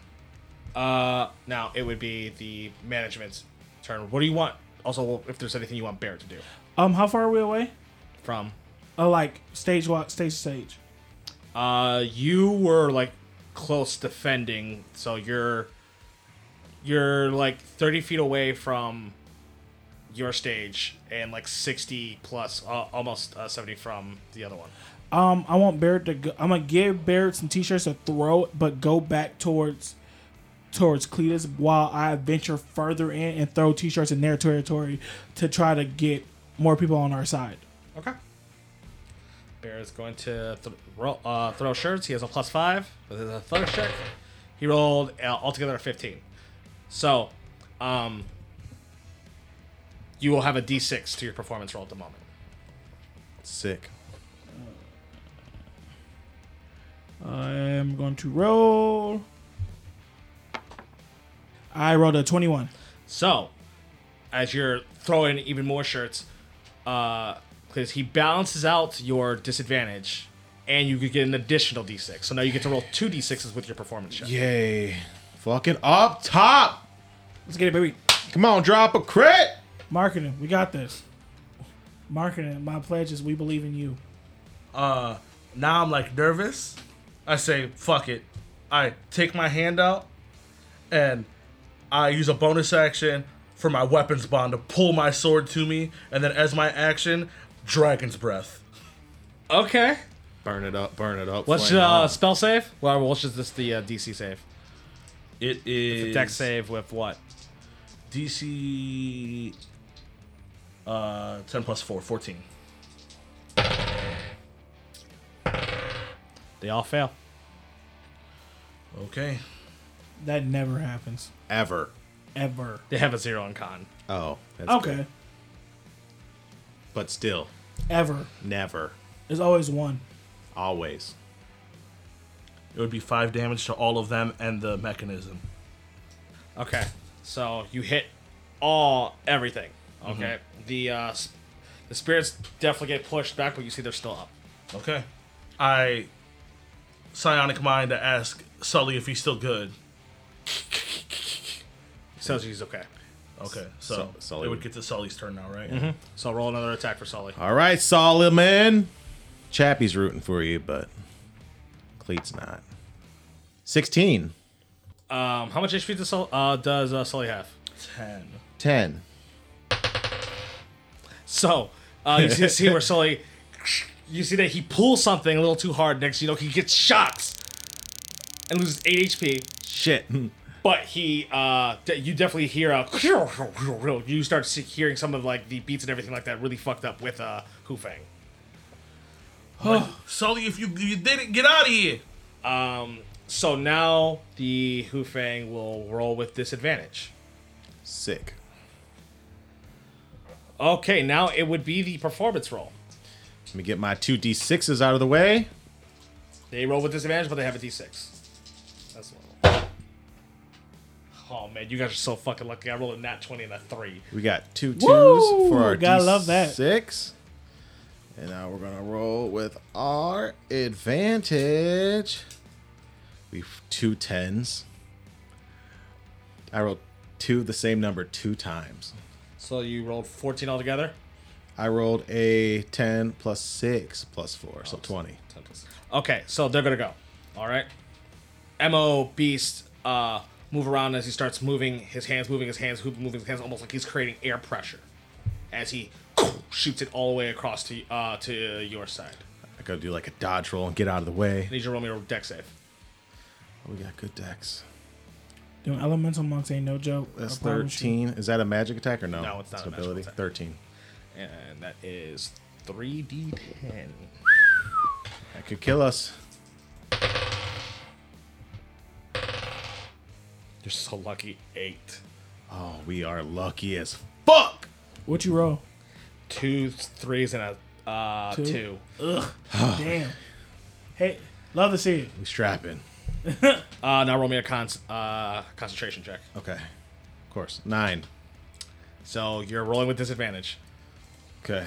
Uh, now it would be the management's turn. What do you want? Also, if there's anything you want Bear to do
Um, how far are we away?
from.
Uh, like stage walk, stage to stage.
Uh, you were like close defending, so you're you're like 30 feet away from your stage and like 60 plus, uh, almost uh, 70 from the other one.
Um, I want Barrett to. Go, I'm gonna give Barrett some t-shirts to throw, but go back towards towards Cletus while I venture further in and throw t-shirts in their territory to try to get more people on our side.
Okay. Bear is going to th- roll, uh, throw shirts. He has a plus five with his athletics check. He rolled uh, altogether a 15. So, um, you will have a d6 to your performance roll at the moment.
Sick.
I am going to roll. I rolled a 21.
So, as you're throwing even more shirts, because he balances out your disadvantage, and you could get an additional d6. So now you get to roll two d6s with your performance check.
Yay. Fucking up top.
Let's get it, baby.
Come on, drop a crit.
Marketing, we got this. Marketing, my pledge is we believe in you.
Uh, now I'm like nervous. I say, fuck it. I take my hand out and I use a bonus action for my weapons bond to pull my sword to me. And then as my action, dragon's breath.
Okay.
Burn it up. Burn it up.
What's
flame
uh,
on.
spell save? Well, what's just this the uh, DC save?
It is
Deck save with what?
DC uh, 10 plus 4, 14.
They all fail.
Okay.
That never happens.
ever?
Ever.
They have a zero in con.
Oh, that's
Okay.
good. But still,
Ever.
never,
There's always one.
always.
It would be 5 damage to all of them and the mechanism.
Okay, so you hit all everything. Okay, the uh, s- the spirits definitely get pushed back, but you see they're still up.
Okay. I psionic mind to ask Sully if he's still good.
So he's okay.
Okay, so,
Su- Sully
it would
would-
get to Sully's turn now, right?
So roll another attack for Sully.
Uh.
All right, Solomon. Chappie's rooting for you, but Cleet's not. 16.
Um, how much HP does Sul- uh, does uh, Sully have?
Ten.
10.
So uh, you see, see where Sully, you see that he pulls something a little too hard. Next, you know, he gets shocked and loses eight HP.
Shit. hmm,
But he, uh, de- you definitely hear a. You start see- hearing some of like the beats and everything like that really fucked up with uh, Hu Fang.
Sully, if you you didn't get out of here.
So now the Hu Fang will roll with disadvantage.
Sick.
Okay, now it would be the performance roll.
Let me get my 2d6s out of the way.
They roll with disadvantage, but they have a d6. That's the one. Oh man, you guys are so fucking lucky. I rolled a nat 20 and a 3.
We got two twos
Woo!
for our
Gotta
d6.
love that.
And now we're gonna roll with our advantage. We've two tens. I rolled two the same number two times.
So you rolled 14 altogether?
I rolled a ten plus six plus four, so twenty.
Okay, so they're gonna go. Alright. MO Beast uh move around as he starts moving his hands, moving his hands, hoop moving his hands, almost like he's creating air pressure. As he shoots it all the way across to uh to your side.
I gotta do like a dodge roll and get out of the way.
I need you to roll me a deck save.
We got good decks.
Doing elemental monks ain't no joke.
That's
I promise you.
thirteen. Is that a magic attack or no?
No, it's not a magic attack.
Thirteen.
And that is 3d10.
That could kill us.
You're so lucky. Eight.
Oh, we are lucky as
Fuck!
What you roll?
Two threes and a uh,
Two.
two.
Damn. Hey, love to see it.
we strapping.
Uh, now roll me a con- uh, concentration check.
Okay. Of course. Nine.
So you're rolling with disadvantage.
Okay.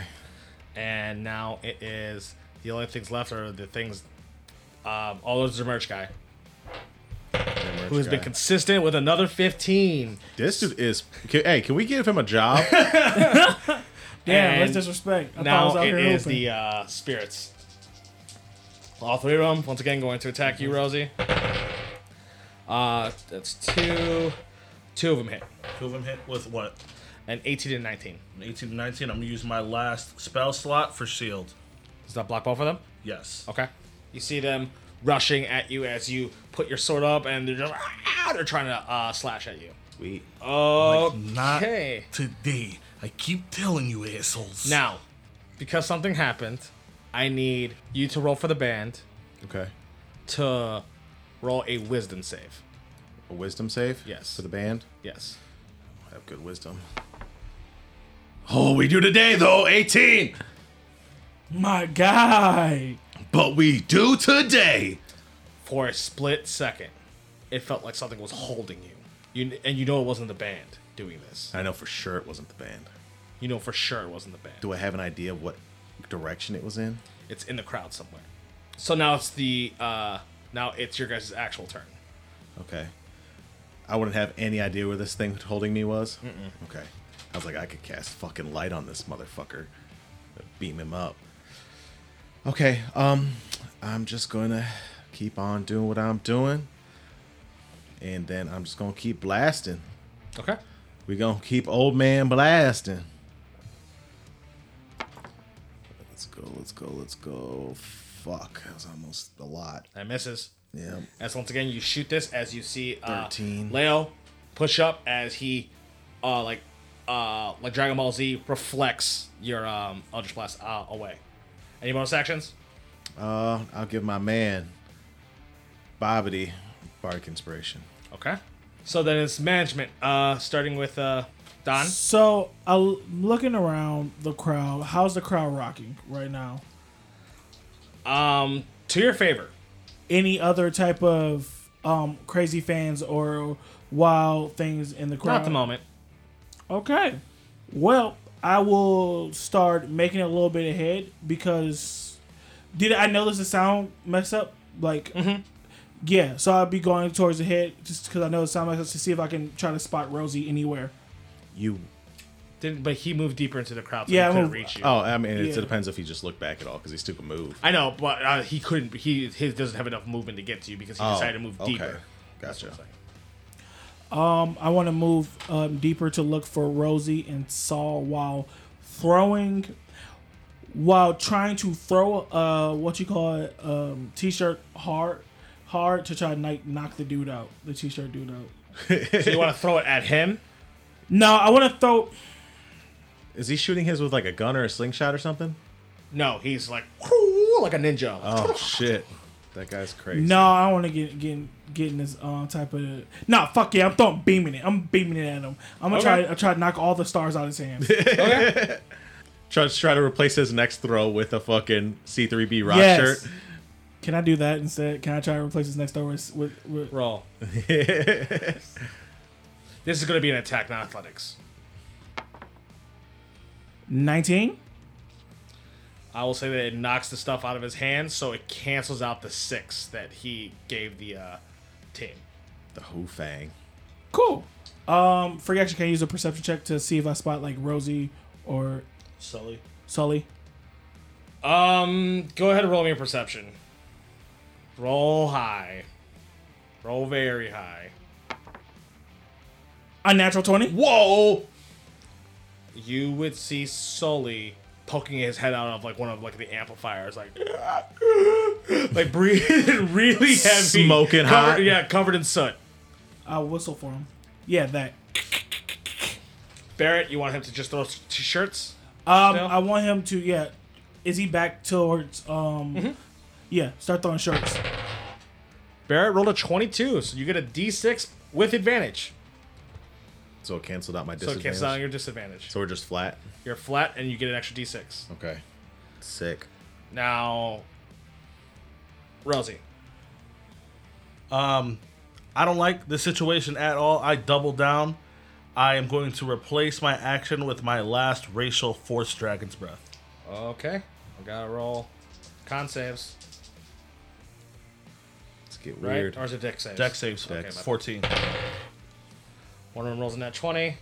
and now it is the only things left are the things. Um, all those are merch guy who has been consistent with another fifteen.
this dude is. Can, hey, can we give him a job?
Damn, let's
And
disrespect. I
now
thought I was
it
out here
is
hooping.
the uh, spirits. All three of them once again going to attack
Mm-hmm.
you, Rosie. Uh, that's two. Two of them hit,
Two of them hit with what?
and eighteen and nineteen.
An 18 to 19. I'm gonna use my last spell slot for shield.
Is that block ball for them?
Yes.
Okay. You see them rushing at you as you put your sword up, and they're just "Ah!" they're trying to uh, slash at you.
Sweet.
Not
Okay.
today. I keep telling you, assholes.
Now, because something happened, I need you to roll for the band
Okay.
to roll a wisdom save.
A wisdom save?
Yes.
For the band?
Yes.
I have good wisdom. Oh, we do today, though. 18.
my guy.
But we do today.
For a split second, it felt like something was holding you. You and you know it wasn't the band doing this.
I know for sure it wasn't the band.
You know for sure it wasn't the band.
Do I have an idea of what direction it was in?
It's in the crowd somewhere. So now it's the uh now it's your guys' actual turn.
Okay. I wouldn't have any idea where this thing holding me was. Okay. I was like, I could cast fucking light on this motherfucker. Beam him up. Okay, um, I'm just gonna keep on doing what I'm doing. And then I'm just gonna keep blasting.
Okay.
We gonna keep old man blasting. Let's go, let's go, let's go. Fuck, that was almost a lot.
That misses.
Yeah.
As once again, you shoot this as you see uh,
13.
Leo push up as he, uh, like, uh, like Dragon Ball Z reflects your um, Eldritch Blast uh, away. Any bonus actions?
Uh, I'll give my man Bobbity Bardic Inspiration.
Okay. So then it's management, uh, starting with uh, Don.
So I'm looking around the crowd. How's the crowd rocking right now?
Um, to your favor.
Any other type of um crazy fans or wild things in the crowd?
Not at the moment.
Okay. Well, I will start making it a little bit ahead because did I notice the sound mess up? Like, yeah. So I'll be going towards the head just because I know the sound mess up to see if I can try to spot Rosie anywhere.
You.
Didn't, but he moved deeper into the crowd, so
Yeah, I
he couldn't
moved-
reach you.
Oh, I mean, it
Yeah.
depends if he just looked back at all because he's took a move.
I know, but uh, he couldn't. He his doesn't have enough movement to get to you because he
Oh,
decided to move
okay.
deeper.
Gotcha.
Um, I want to move um, deeper to look for Rosie and Saul while throwing, while trying to throw uh what you call it um t-shirt hard, hard to try to knock, knock the dude out, the t-shirt dude out.
So you want to throw it at him?
No, I want to throw.
Is he shooting his with like a gun or a slingshot or something?
No, he's like "Whoo," like a ninja.
Oh shit, that guy's crazy.
No, I want to get get getting this um type of. Nah, fuck yeah, I'm throwing beaming it. I'm beaming it at him. I'm gonna try.
Okay.
I try to knock all the stars out of his hand.
Okay.
Try, try to replace his next throw with a fucking C3B rock
Yes.
shirt.
Can I do that instead? Can I try to replace his next throw with with, with
Roll. this is going to be an attack, not athletics.
19?
I will say that it knocks the stuff out of his hands, so it cancels out the six that he gave the uh, team.
The Who Fang.
Cool. Um, free action. Can I use a perception check to see if I spot like Rosie or
Sully.
Sully?
Um, go ahead and roll me a perception. Roll high. Roll very high.
Unnatural twenty.
Whoa! You would see Sully poking his head out of like one of like the amplifiers, like like breathing really heavy,
Smoking hot.
covered, yeah, covered in soot.
I whistle for him. Yeah, that.
Barrett, you want him to just throw t-shirts?
Um,
Still?
I want him to. Yeah, is he back towards? Um, yeah. Start throwing shirts.
Barrett rolled a 22, so you get a d6 with advantage.
So it canceled out my
So it
disadvantage.
cancels out your disadvantage.
so we're just flat.
You're flat and you get an extra d6.
Okay. Sick.
Now, Rosie.
Um, I don't like the situation at all. I double down. I am going to replace my action with my last racial force dragon's breath.
Okay, I gotta roll con saves,
Let's get
right?
weird.
Or is it deck saves?
Deck saves
Dex.
Okay, 14.
One of them rolls in that 20.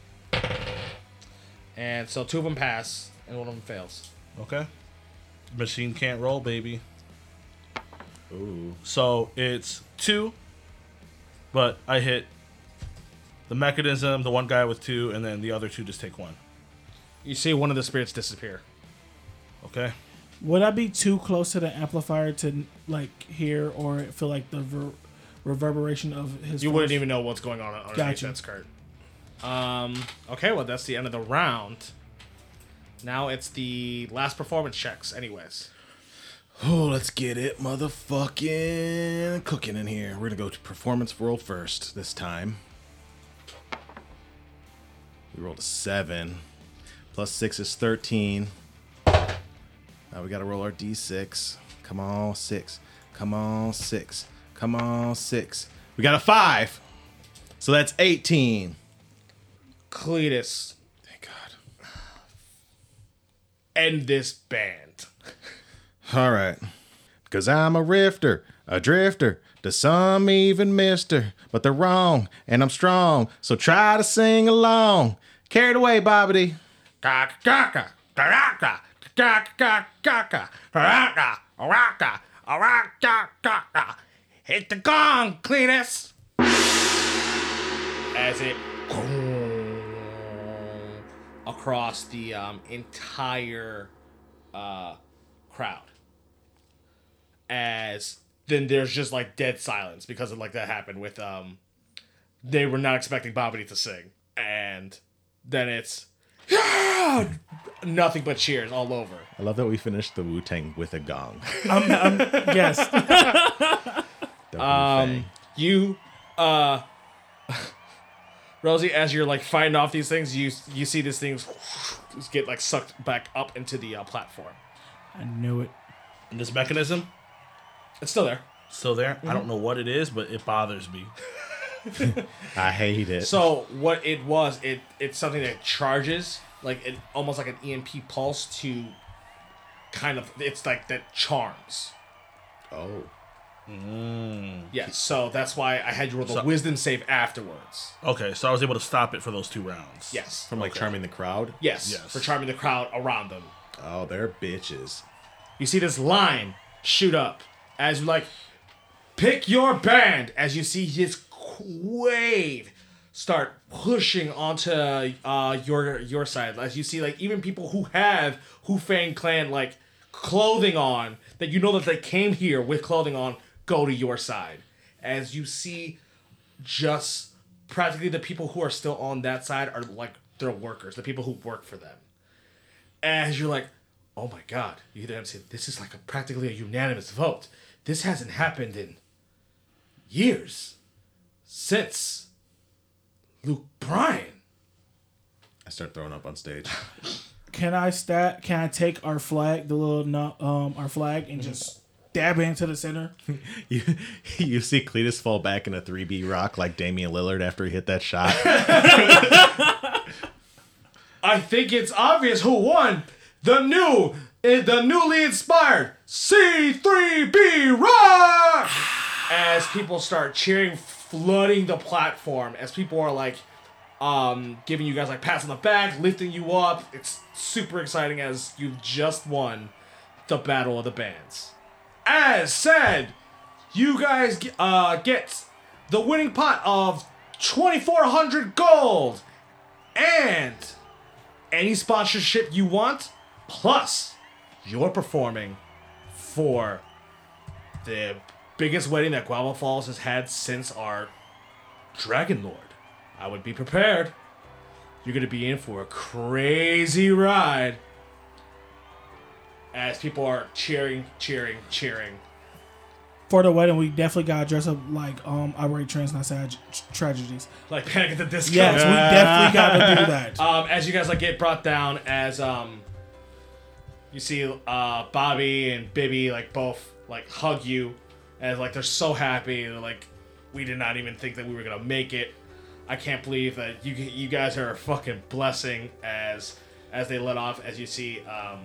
And so two of them pass, and one of them fails.
Okay. Machine can't roll, baby.
Ooh.
So it's two, but I hit the mechanism, the one guy with two, and then the other two just take one.
You see one of the spirits disappear.
Okay.
Would I be too close to the amplifier to like hear or feel like the ver- reverberation of his?
You
voice?
wouldn't even know what's going on underneath
Gotcha.
that skirt. Um, okay, well, that's the end of the round. Now it's the last performance checks, anyways.
Oh, let's get it, motherfucking cooking in here. We're gonna go to performance roll first this time. We rolled a seven, plus six is thirteen. Now we gotta roll our d6. Come on, six. Come on, six. Come on, six. We got a five, so that's eighteen.
Cletus,
Thank God.
end this band.
All right. Cause I'm a rifter, a drifter, to some even mister, but they're wrong, and I'm strong, so try to sing along. Carried away, Bobbity.
Hit the gong, Cletus! As it across the um, entire uh, crowd. As then there's just like dead silence because of like that happened with um they were not expecting Bobbity to sing. And then it's nothing but cheers all over.
I love that we finished the Wu Tang with a gong.
I'm, I'm, yes.
The um,
You, uh, Rosie, as you're like fighting off these things, you you see these things just get like sucked back up into the uh, platform.
I knew it.
And this mechanism,
It's still there.
still there. I don't know what it is, but it bothers me.
I hate it.
So what it was, it it's something that charges like it almost like an EMP pulse to kind of it's like that charms.
oh,
Yes, so that's why I had you roll the
So-
wisdom save afterwards.
Okay, so I was able to stop it for those two rounds.
Yes.
from like charming the crowd.
Yes,
Yes.
for charming the crowd around them.
Oh, they're bitches.
You see this line shoot up as you like pick your band as you see this wave start pushing onto uh, your your side. As you see, like even people who have Hufang clan like clothing on that you know that they came here with clothing on go to your side. As you see, just practically the people who are still on that side are like their workers, the people who work for them. As you're like, oh my god, you hear them say this is like a practically a unanimous vote. This hasn't happened in years since Luke Bryan.
I start throwing up on stage.
Can I stab? Can I take our flag, the little no- um, our flag, and just stab it into the center?
You, you see Cletus fall back in a 3B rock like Damian Lillard after he hit that shot.
I think it's obvious who won. The new, eh, the newly inspired C3B Rock. As people start cheering, flooding the platform. As people are like, um, giving you guys like pats on the back, lifting you up. It's super exciting as you've just won the battle of the bands. As said, you guys g- uh, get the winning pot of 2,400 gold and any sponsorship you want, plus you're performing for the biggest wedding that Guava Falls has had since our Dragon Lord. I would be prepared. You're gonna be in for a crazy ride. As people are cheering, cheering, cheering.
For the wedding, we definitely gotta dress up like um, I write trans, not sad tragedies.
Like panic at the disco.
Yes, we definitely gotta do that.
Um, as you guys like get brought down, as um, you see uh, Bobby and Bibby like both like hug you, as like they're so happy. They're like, we did not even think that we were gonna make it. I can't believe that you you guys are a fucking blessing. As as they let off, as you see um,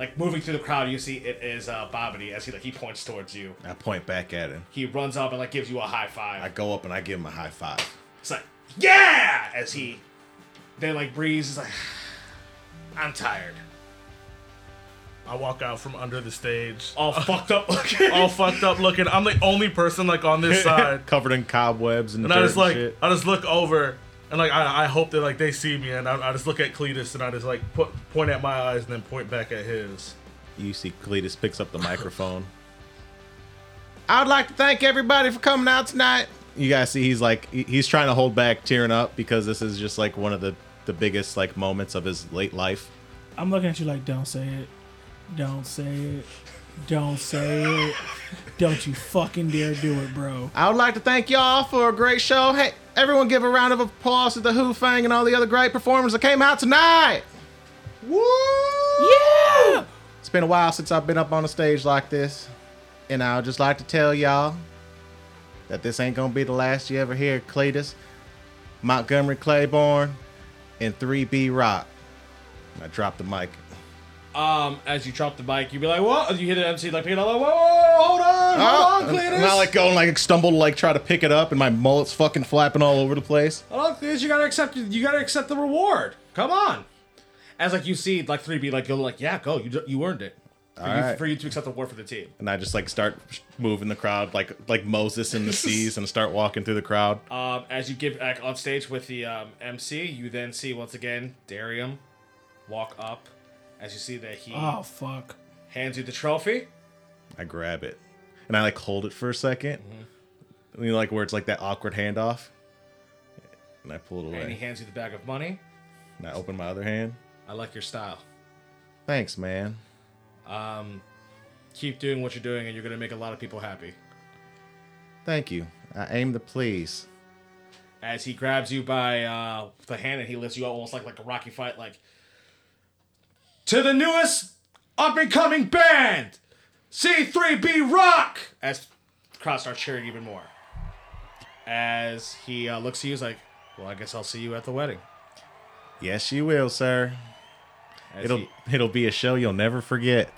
like moving through the crowd, you see it is uh, Bobby as he like he points towards you.
I point back at him.
He runs up and like gives you a high five.
I go up and I give him a high five.
It's like, yeah! As he, then like breathes, is like, I'm tired.
I walk out from under the stage,
All fucked up looking.
all fucked up looking. I'm the only person like on this side,
Covered in cobwebs and,
Uh, and I
dirt
just like
and shit.
I just look over and like I, I hope that like they see me, and I, I just look at Cletus and I just like put, point at my eyes and then point back at his.
You see Cletus picks up the microphone. I would like to thank everybody for coming out tonight. You guys see he's like he- he's trying to hold back tearing up because this is just like one of the the biggest like moments of his late life.
I'm looking at you like, don't say it, don't say it, don't say it, don't you fucking dare do it, bro.
I would like to thank y'all for a great show. Hey, everyone give a round of applause to the Who Fang and all the other great performers that came out tonight. Woo! Yeah! It's been a while since I've been up on a stage like this. And I would just like to tell y'all that this ain't gonna be the last you ever hear Cletus, Montgomery Claiborne, and 3B Rock. I dropped the mic.
um, as you drop the bike, you'd be like, whoa, you hear the MC like, pick it up, like, whoa, whoa, hold on, hold on,
and-
Cletus.
and I Oh, like go and like stumble to like try to pick it up, and my mullet's fucking flapping all over the place.
hold on, Cletus, you gotta accept, you gotta accept the reward. Come on. As like you see, like 3B, like, you're like, yeah, go, you, d- you earned it. For, you,
right.
for you to accept the award for the team.
and I just like start moving the crowd like like Moses in the seas and start walking through the crowd.
Um, as you get back on stage with the um, MC, you then see once again Darium walk up. As you see that he
Oh fuck.
hands you the trophy.
I grab it and I like hold it for a 2nd
Mm-hmm.
You know, like where it's like that awkward handoff, and I pull it
And he
away.
hands you the bag of money.
And I open my other hand.
I like your style.
Thanks, man.
Keep doing what you're doing, and you're gonna make a lot of people happy.
Thank you. I aim to please.
As he grabs you by uh, the hand and he lifts you up almost like like a Rocky fight, like to the newest up and coming band, C3B Rock. As crowd starts cheering even more. As he uh, looks at you, he's like, "Well, I guess I'll see you at the wedding."
Yes, you will, sir.
As
It'll
he-
it'll be a show you'll never forget.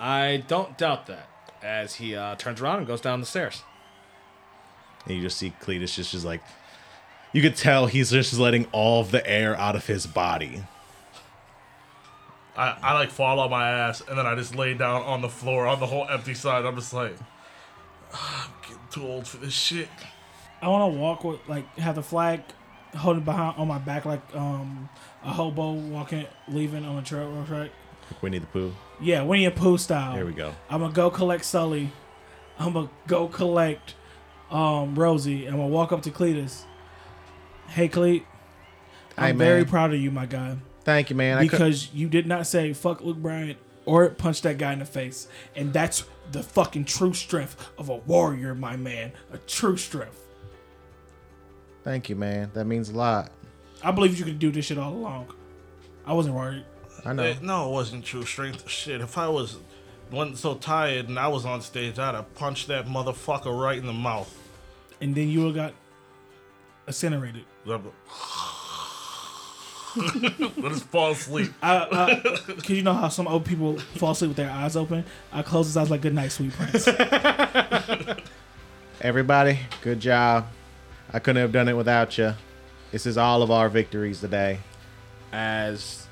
I don't doubt that. As he uh, turns around and goes down the stairs.
And you just see Cletus just, just like you could tell he's just letting all of the air out of his body.
I, I like fall on my ass and then I just lay down on the floor on the whole empty side. I'm just like, I'm getting too old for this shit.
I want to walk with like have the flag holding behind on my back like um a hobo walking leaving on a trail track.
Winnie the Pooh.
Yeah, Winnie the Pooh style.
There we go.
I'm gonna go collect Sully. I'm gonna go collect um, Rosie. I'm gonna walk up to Cletus. Hey, Cleet, I'm
Hey, man.
very proud of you, my guy,
Thank you, man. I could,
because you did not say "fuck Luke Bryant" or punch that guy in the face, and that's the fucking true strength of a warrior, my man. A true strength.
thank you, man. That means a lot.
I believe you could do this shit all along. I wasn't worried.
I know.
Eh, no, it wasn't true strength. Shit, if I was wasn't so tired and I was on stage, I'd have punched that motherfucker right in the mouth.
And then you would've got incinerated.
Let us fall asleep.
Cause you know how some old people fall asleep with their eyes open. I close his eyes like "Good night, sweet prince."
Everybody, good job. I couldn't have done it without you. This is all of our victories today.
as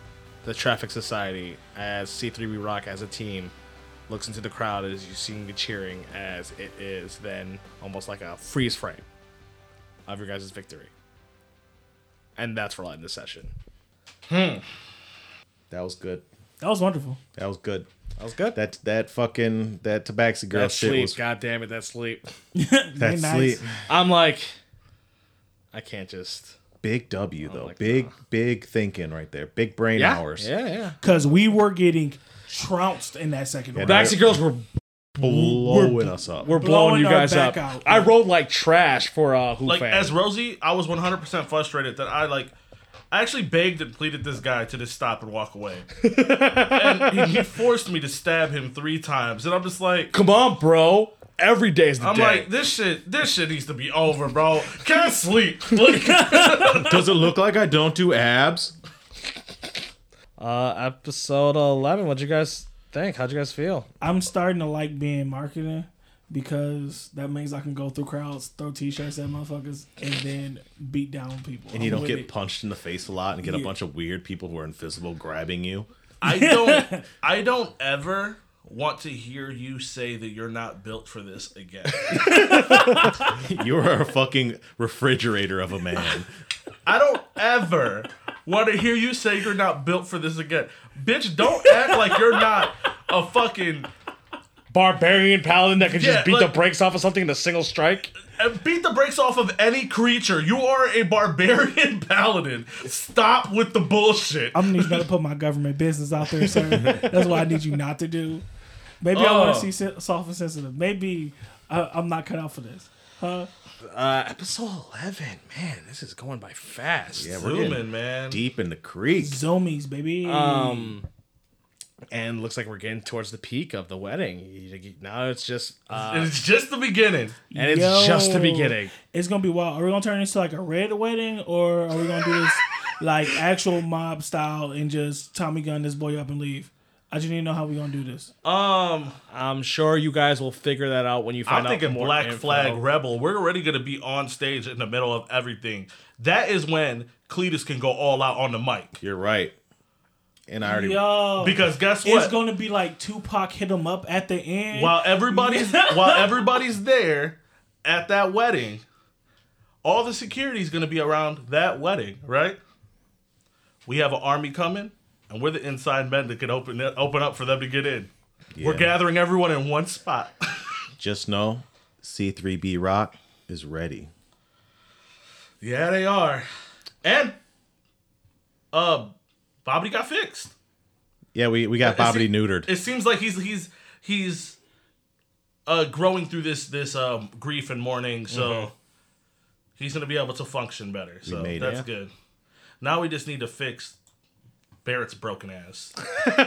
the Traffic Society, as C3B Rock as a team looks into the crowd as you seeing the cheering as it is then almost like a freeze frame of your guys' victory. And that's where I'll end the session.
That was good.
that was wonderful.
That was good. That was good. That that fucking that Tabaxi girl
That
shit
sleep,
was
god damn it, that sleep.
that
Very nice.
sleep.
I'm like, I can't just.
Big W though.
like,
big big thinking right there. Big brain hours.
Yeah, yeah.
Because we were getting trounced in that second round.
that-
Backseat girls were
Blowing us up.
we're
Blowing
blowing, you
our
guys
back
up.
out.
I rolled like trash for uh, Who
like
fan.
as Rosie, I was 100% frustrated that I like I actually begged and pleaded this guy to just stop and walk away. and he, he forced me to stab him 3 times and I'm just like
Come on, bro. Every day is the
I'm
day.
like this shit this shit needs to be over, bro. Can't sleep. Like,
Does it look like I don't do abs?
uh, episode 11. What'd you guys think? How'd you guys feel?
I'm starting to like being marketing because that means I can go through crowds, throw t-shirts at motherfuckers, and then beat down people.
And you
I'm
don't
with
get
it.
punched in the face a lot and get a
Yeah.
bunch of weird people who are invisible grabbing you.
I don't I don't ever want to hear you say that you're not built for this again.
You're a fucking refrigerator of a man.
I don't ever want to hear you say you're not built for this again. Bitch, don't act like you're not a fucking
Barbarian paladin that can
Yeah,
just beat
like-
the brakes off of something in a single strike?
uh, beat the brakes off of any creature. You are a barbarian paladin. Stop with the bullshit.
I'm gonna need you to put my government business out there, sir. That's what I need you not to do. Maybe I want
Oh.
to see sen- soft and sensitive. Maybe I, I'm not cut out for this.
Uh, episode 11. Man, this is going by fast.
Yeah, we're getting
Zooming, man.
deep in the creek.
Zoomies, baby.
Um, and looks like we're getting towards the peak of the wedding. You- you- Now it's just, uh,
It's just the beginning.
and it's
Yo.
just the beginning.
It's gonna be wild. Are we gonna turn this to like a red wedding, or are we gonna do this like actual mob style and just Tommy gun this boy up and leave? I just need to know how we gonna do this.
Um,
I'm sure you guys will figure that out when you
I'm
find out.
thinking
more
Black
info.
Flag Rebel. We're already gonna be on stage in the middle of everything. That is when Cletus can go all out on the mic.
You're right. And I already
Yo,
Because guess what?
it's gonna be like Tupac hit him up at the end.
while everybody's while everybody's there at that wedding, all the security's gonna be around that wedding, right? We have an army coming, and we're the inside men that can open it, open up for them to get in. We're
Yeah.
gathering everyone in one spot.
just know C3B Rock is ready.
yeah, they are. And uh Bobby got fixed.
Yeah, we, we got Bobbity
see-
neutered.
It seems like he's he's he's uh growing through this this um grief and mourning, so he's gonna be able to function better. So
Mm-hmm. made it.
that's
Yeah.
good. Now we just need to fix Barrett's broken ass.
yeah,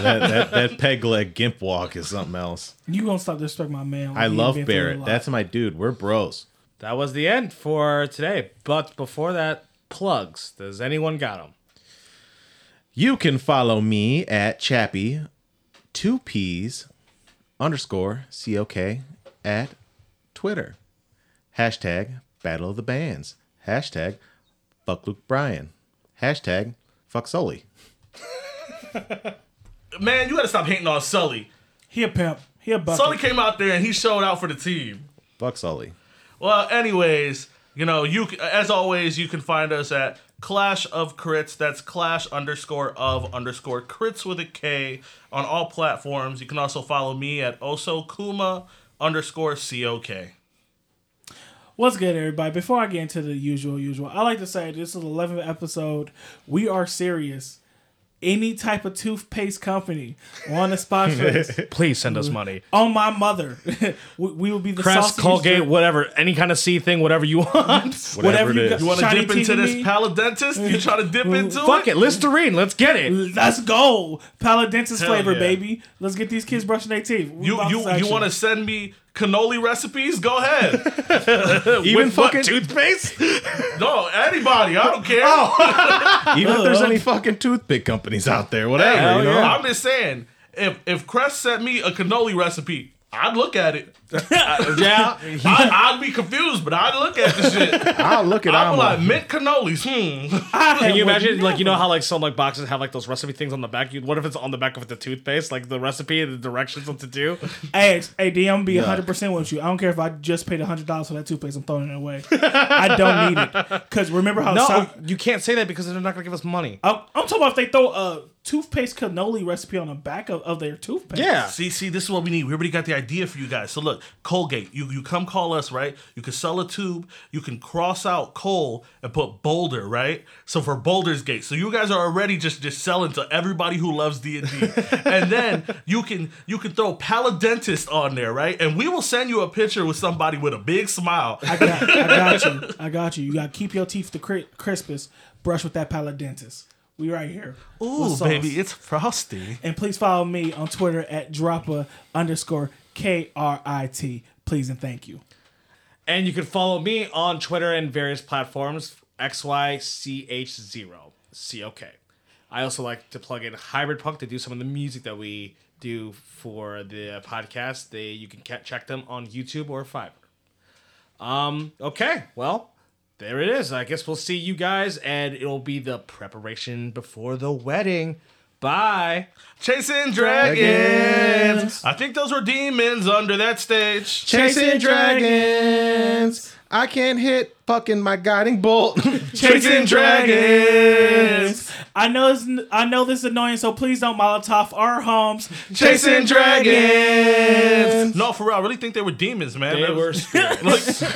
that, that, that peg leg gimp walk is something else.
you gonna stop disrespecting my man?
I
He
love
been through a
Barrett.
lot.
That's my dude. We're bros.
That was the end for today. But before that, plugs. Does anyone got them?
You can follow me at Chappy, two P's, underscore C O K at Twitter. Hashtag Battle of the Bands. Hashtag Fuck Luke Bryan. Hashtag Fuck Sully.
Man, you gotta stop hating on Sully.
he a pimp. He a bucket.
Sully came out there and he showed out for the team.
Fuck Sully.
Well, anyways, You know, you c- as always, you can find us at Clash of Crits. That's Clash underscore of underscore Crits with a K on all platforms. You can also follow me at Osokuma underscore C O K.
What's good, everybody? Before I get into the usual, usual, I like to say this is the 11th episode. We are serious. Any type of toothpaste company on the sponsor us.
Please send us money.
on my mother, we, we will be the
Crest,
sausage
Colgate,
district.
whatever, any kind of sea thing, whatever you want.
whatever, you got.
You want to
Shiny
dip into
teeny
this
me?
paladentist? You try to dip into
Fuck it, Listerine. Let's get it.
Let's go, Paladentist
Hell
flavor,
yeah.
baby. Let's get these kids brushing their teeth. We
You
about
you
this
you
action.
want to send me cannoli recipes? Go ahead.
Even fucking
fucking-
toothpaste.
no, anybody. I don't care.
Even if there's any fucking toothpick companies out there, whatever.
Hey,
you know?
I'm just saying, if if Crest sent me a cannoli recipe, I'd look at it.
yeah.
I, I'd be confused, but I'd look at the shit.
I'll look at
I'm like
Amla.
mint cannolis. Hmm.
Can you
would
imagine, like, you know how, like, some, like, boxes have, like, those recipe things on the back? You, what if it's on the back of the toothpaste? Like, the recipe and the directions what to do?
ask, hey, DM, I'm be 100 percent with you. I don't care if I just paid 100 dollars for that toothpaste. I'm throwing it away. I don't need it because remember how
No,
South-
you can't say that because they're not going to give us money.
I'm, I'm talking about if they throw a toothpaste cannoli recipe on the back of, of their toothpaste.
Yeah.
See, see, this is what we need. We already got the idea for you guys. So look, Colgate, you you come call us, right? You can sell a tube. You can cross out coal and put Boulder, right? So for Boulder's Gate. So you guys are already just just selling to everybody who loves D and D. And then you can you can throw Paladentist on there, right? And we will send you a picture with somebody with a big smile.
I got, I got you. I got you. You got to keep your teeth the cri- crispest. Brush with that palate dentist. We right here.
Ooh,
With sauce.
baby, it's frosty.
And please follow me on Twitter at droppa underscore K R I T. Please and thank you.
And you can follow me on Twitter and various platforms, XYCH0, COK. I also like to plug in Hybrid Punk to do some of the music that we do for the podcast. They You can ca- check them on YouTube or Fiverr. Um, okay, well, there it is. I guess we'll see you guys, and it'll be the preparation before the wedding. Bye.
Chasing dragons. I think those were demons under that stage.
Chasing dragons. I can't hit fucking my guiding bolt.
Chasing dragons.
I know it's, I know this is annoying, so please don't Molotov our homes.
Chasing dragons. No, for real, I really think they were demons, man.
They
That
were
was-
spirits.
Like,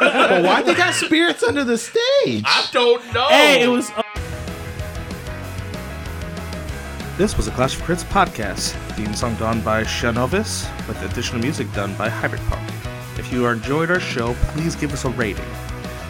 but why they got spirits under the stage?
I don't know.
Hey, it was.
This was a Clash of Crits podcast, theme song done by Shanovis, with additional music done by Hybrid Park. If you enjoyed our show, please give us a rating.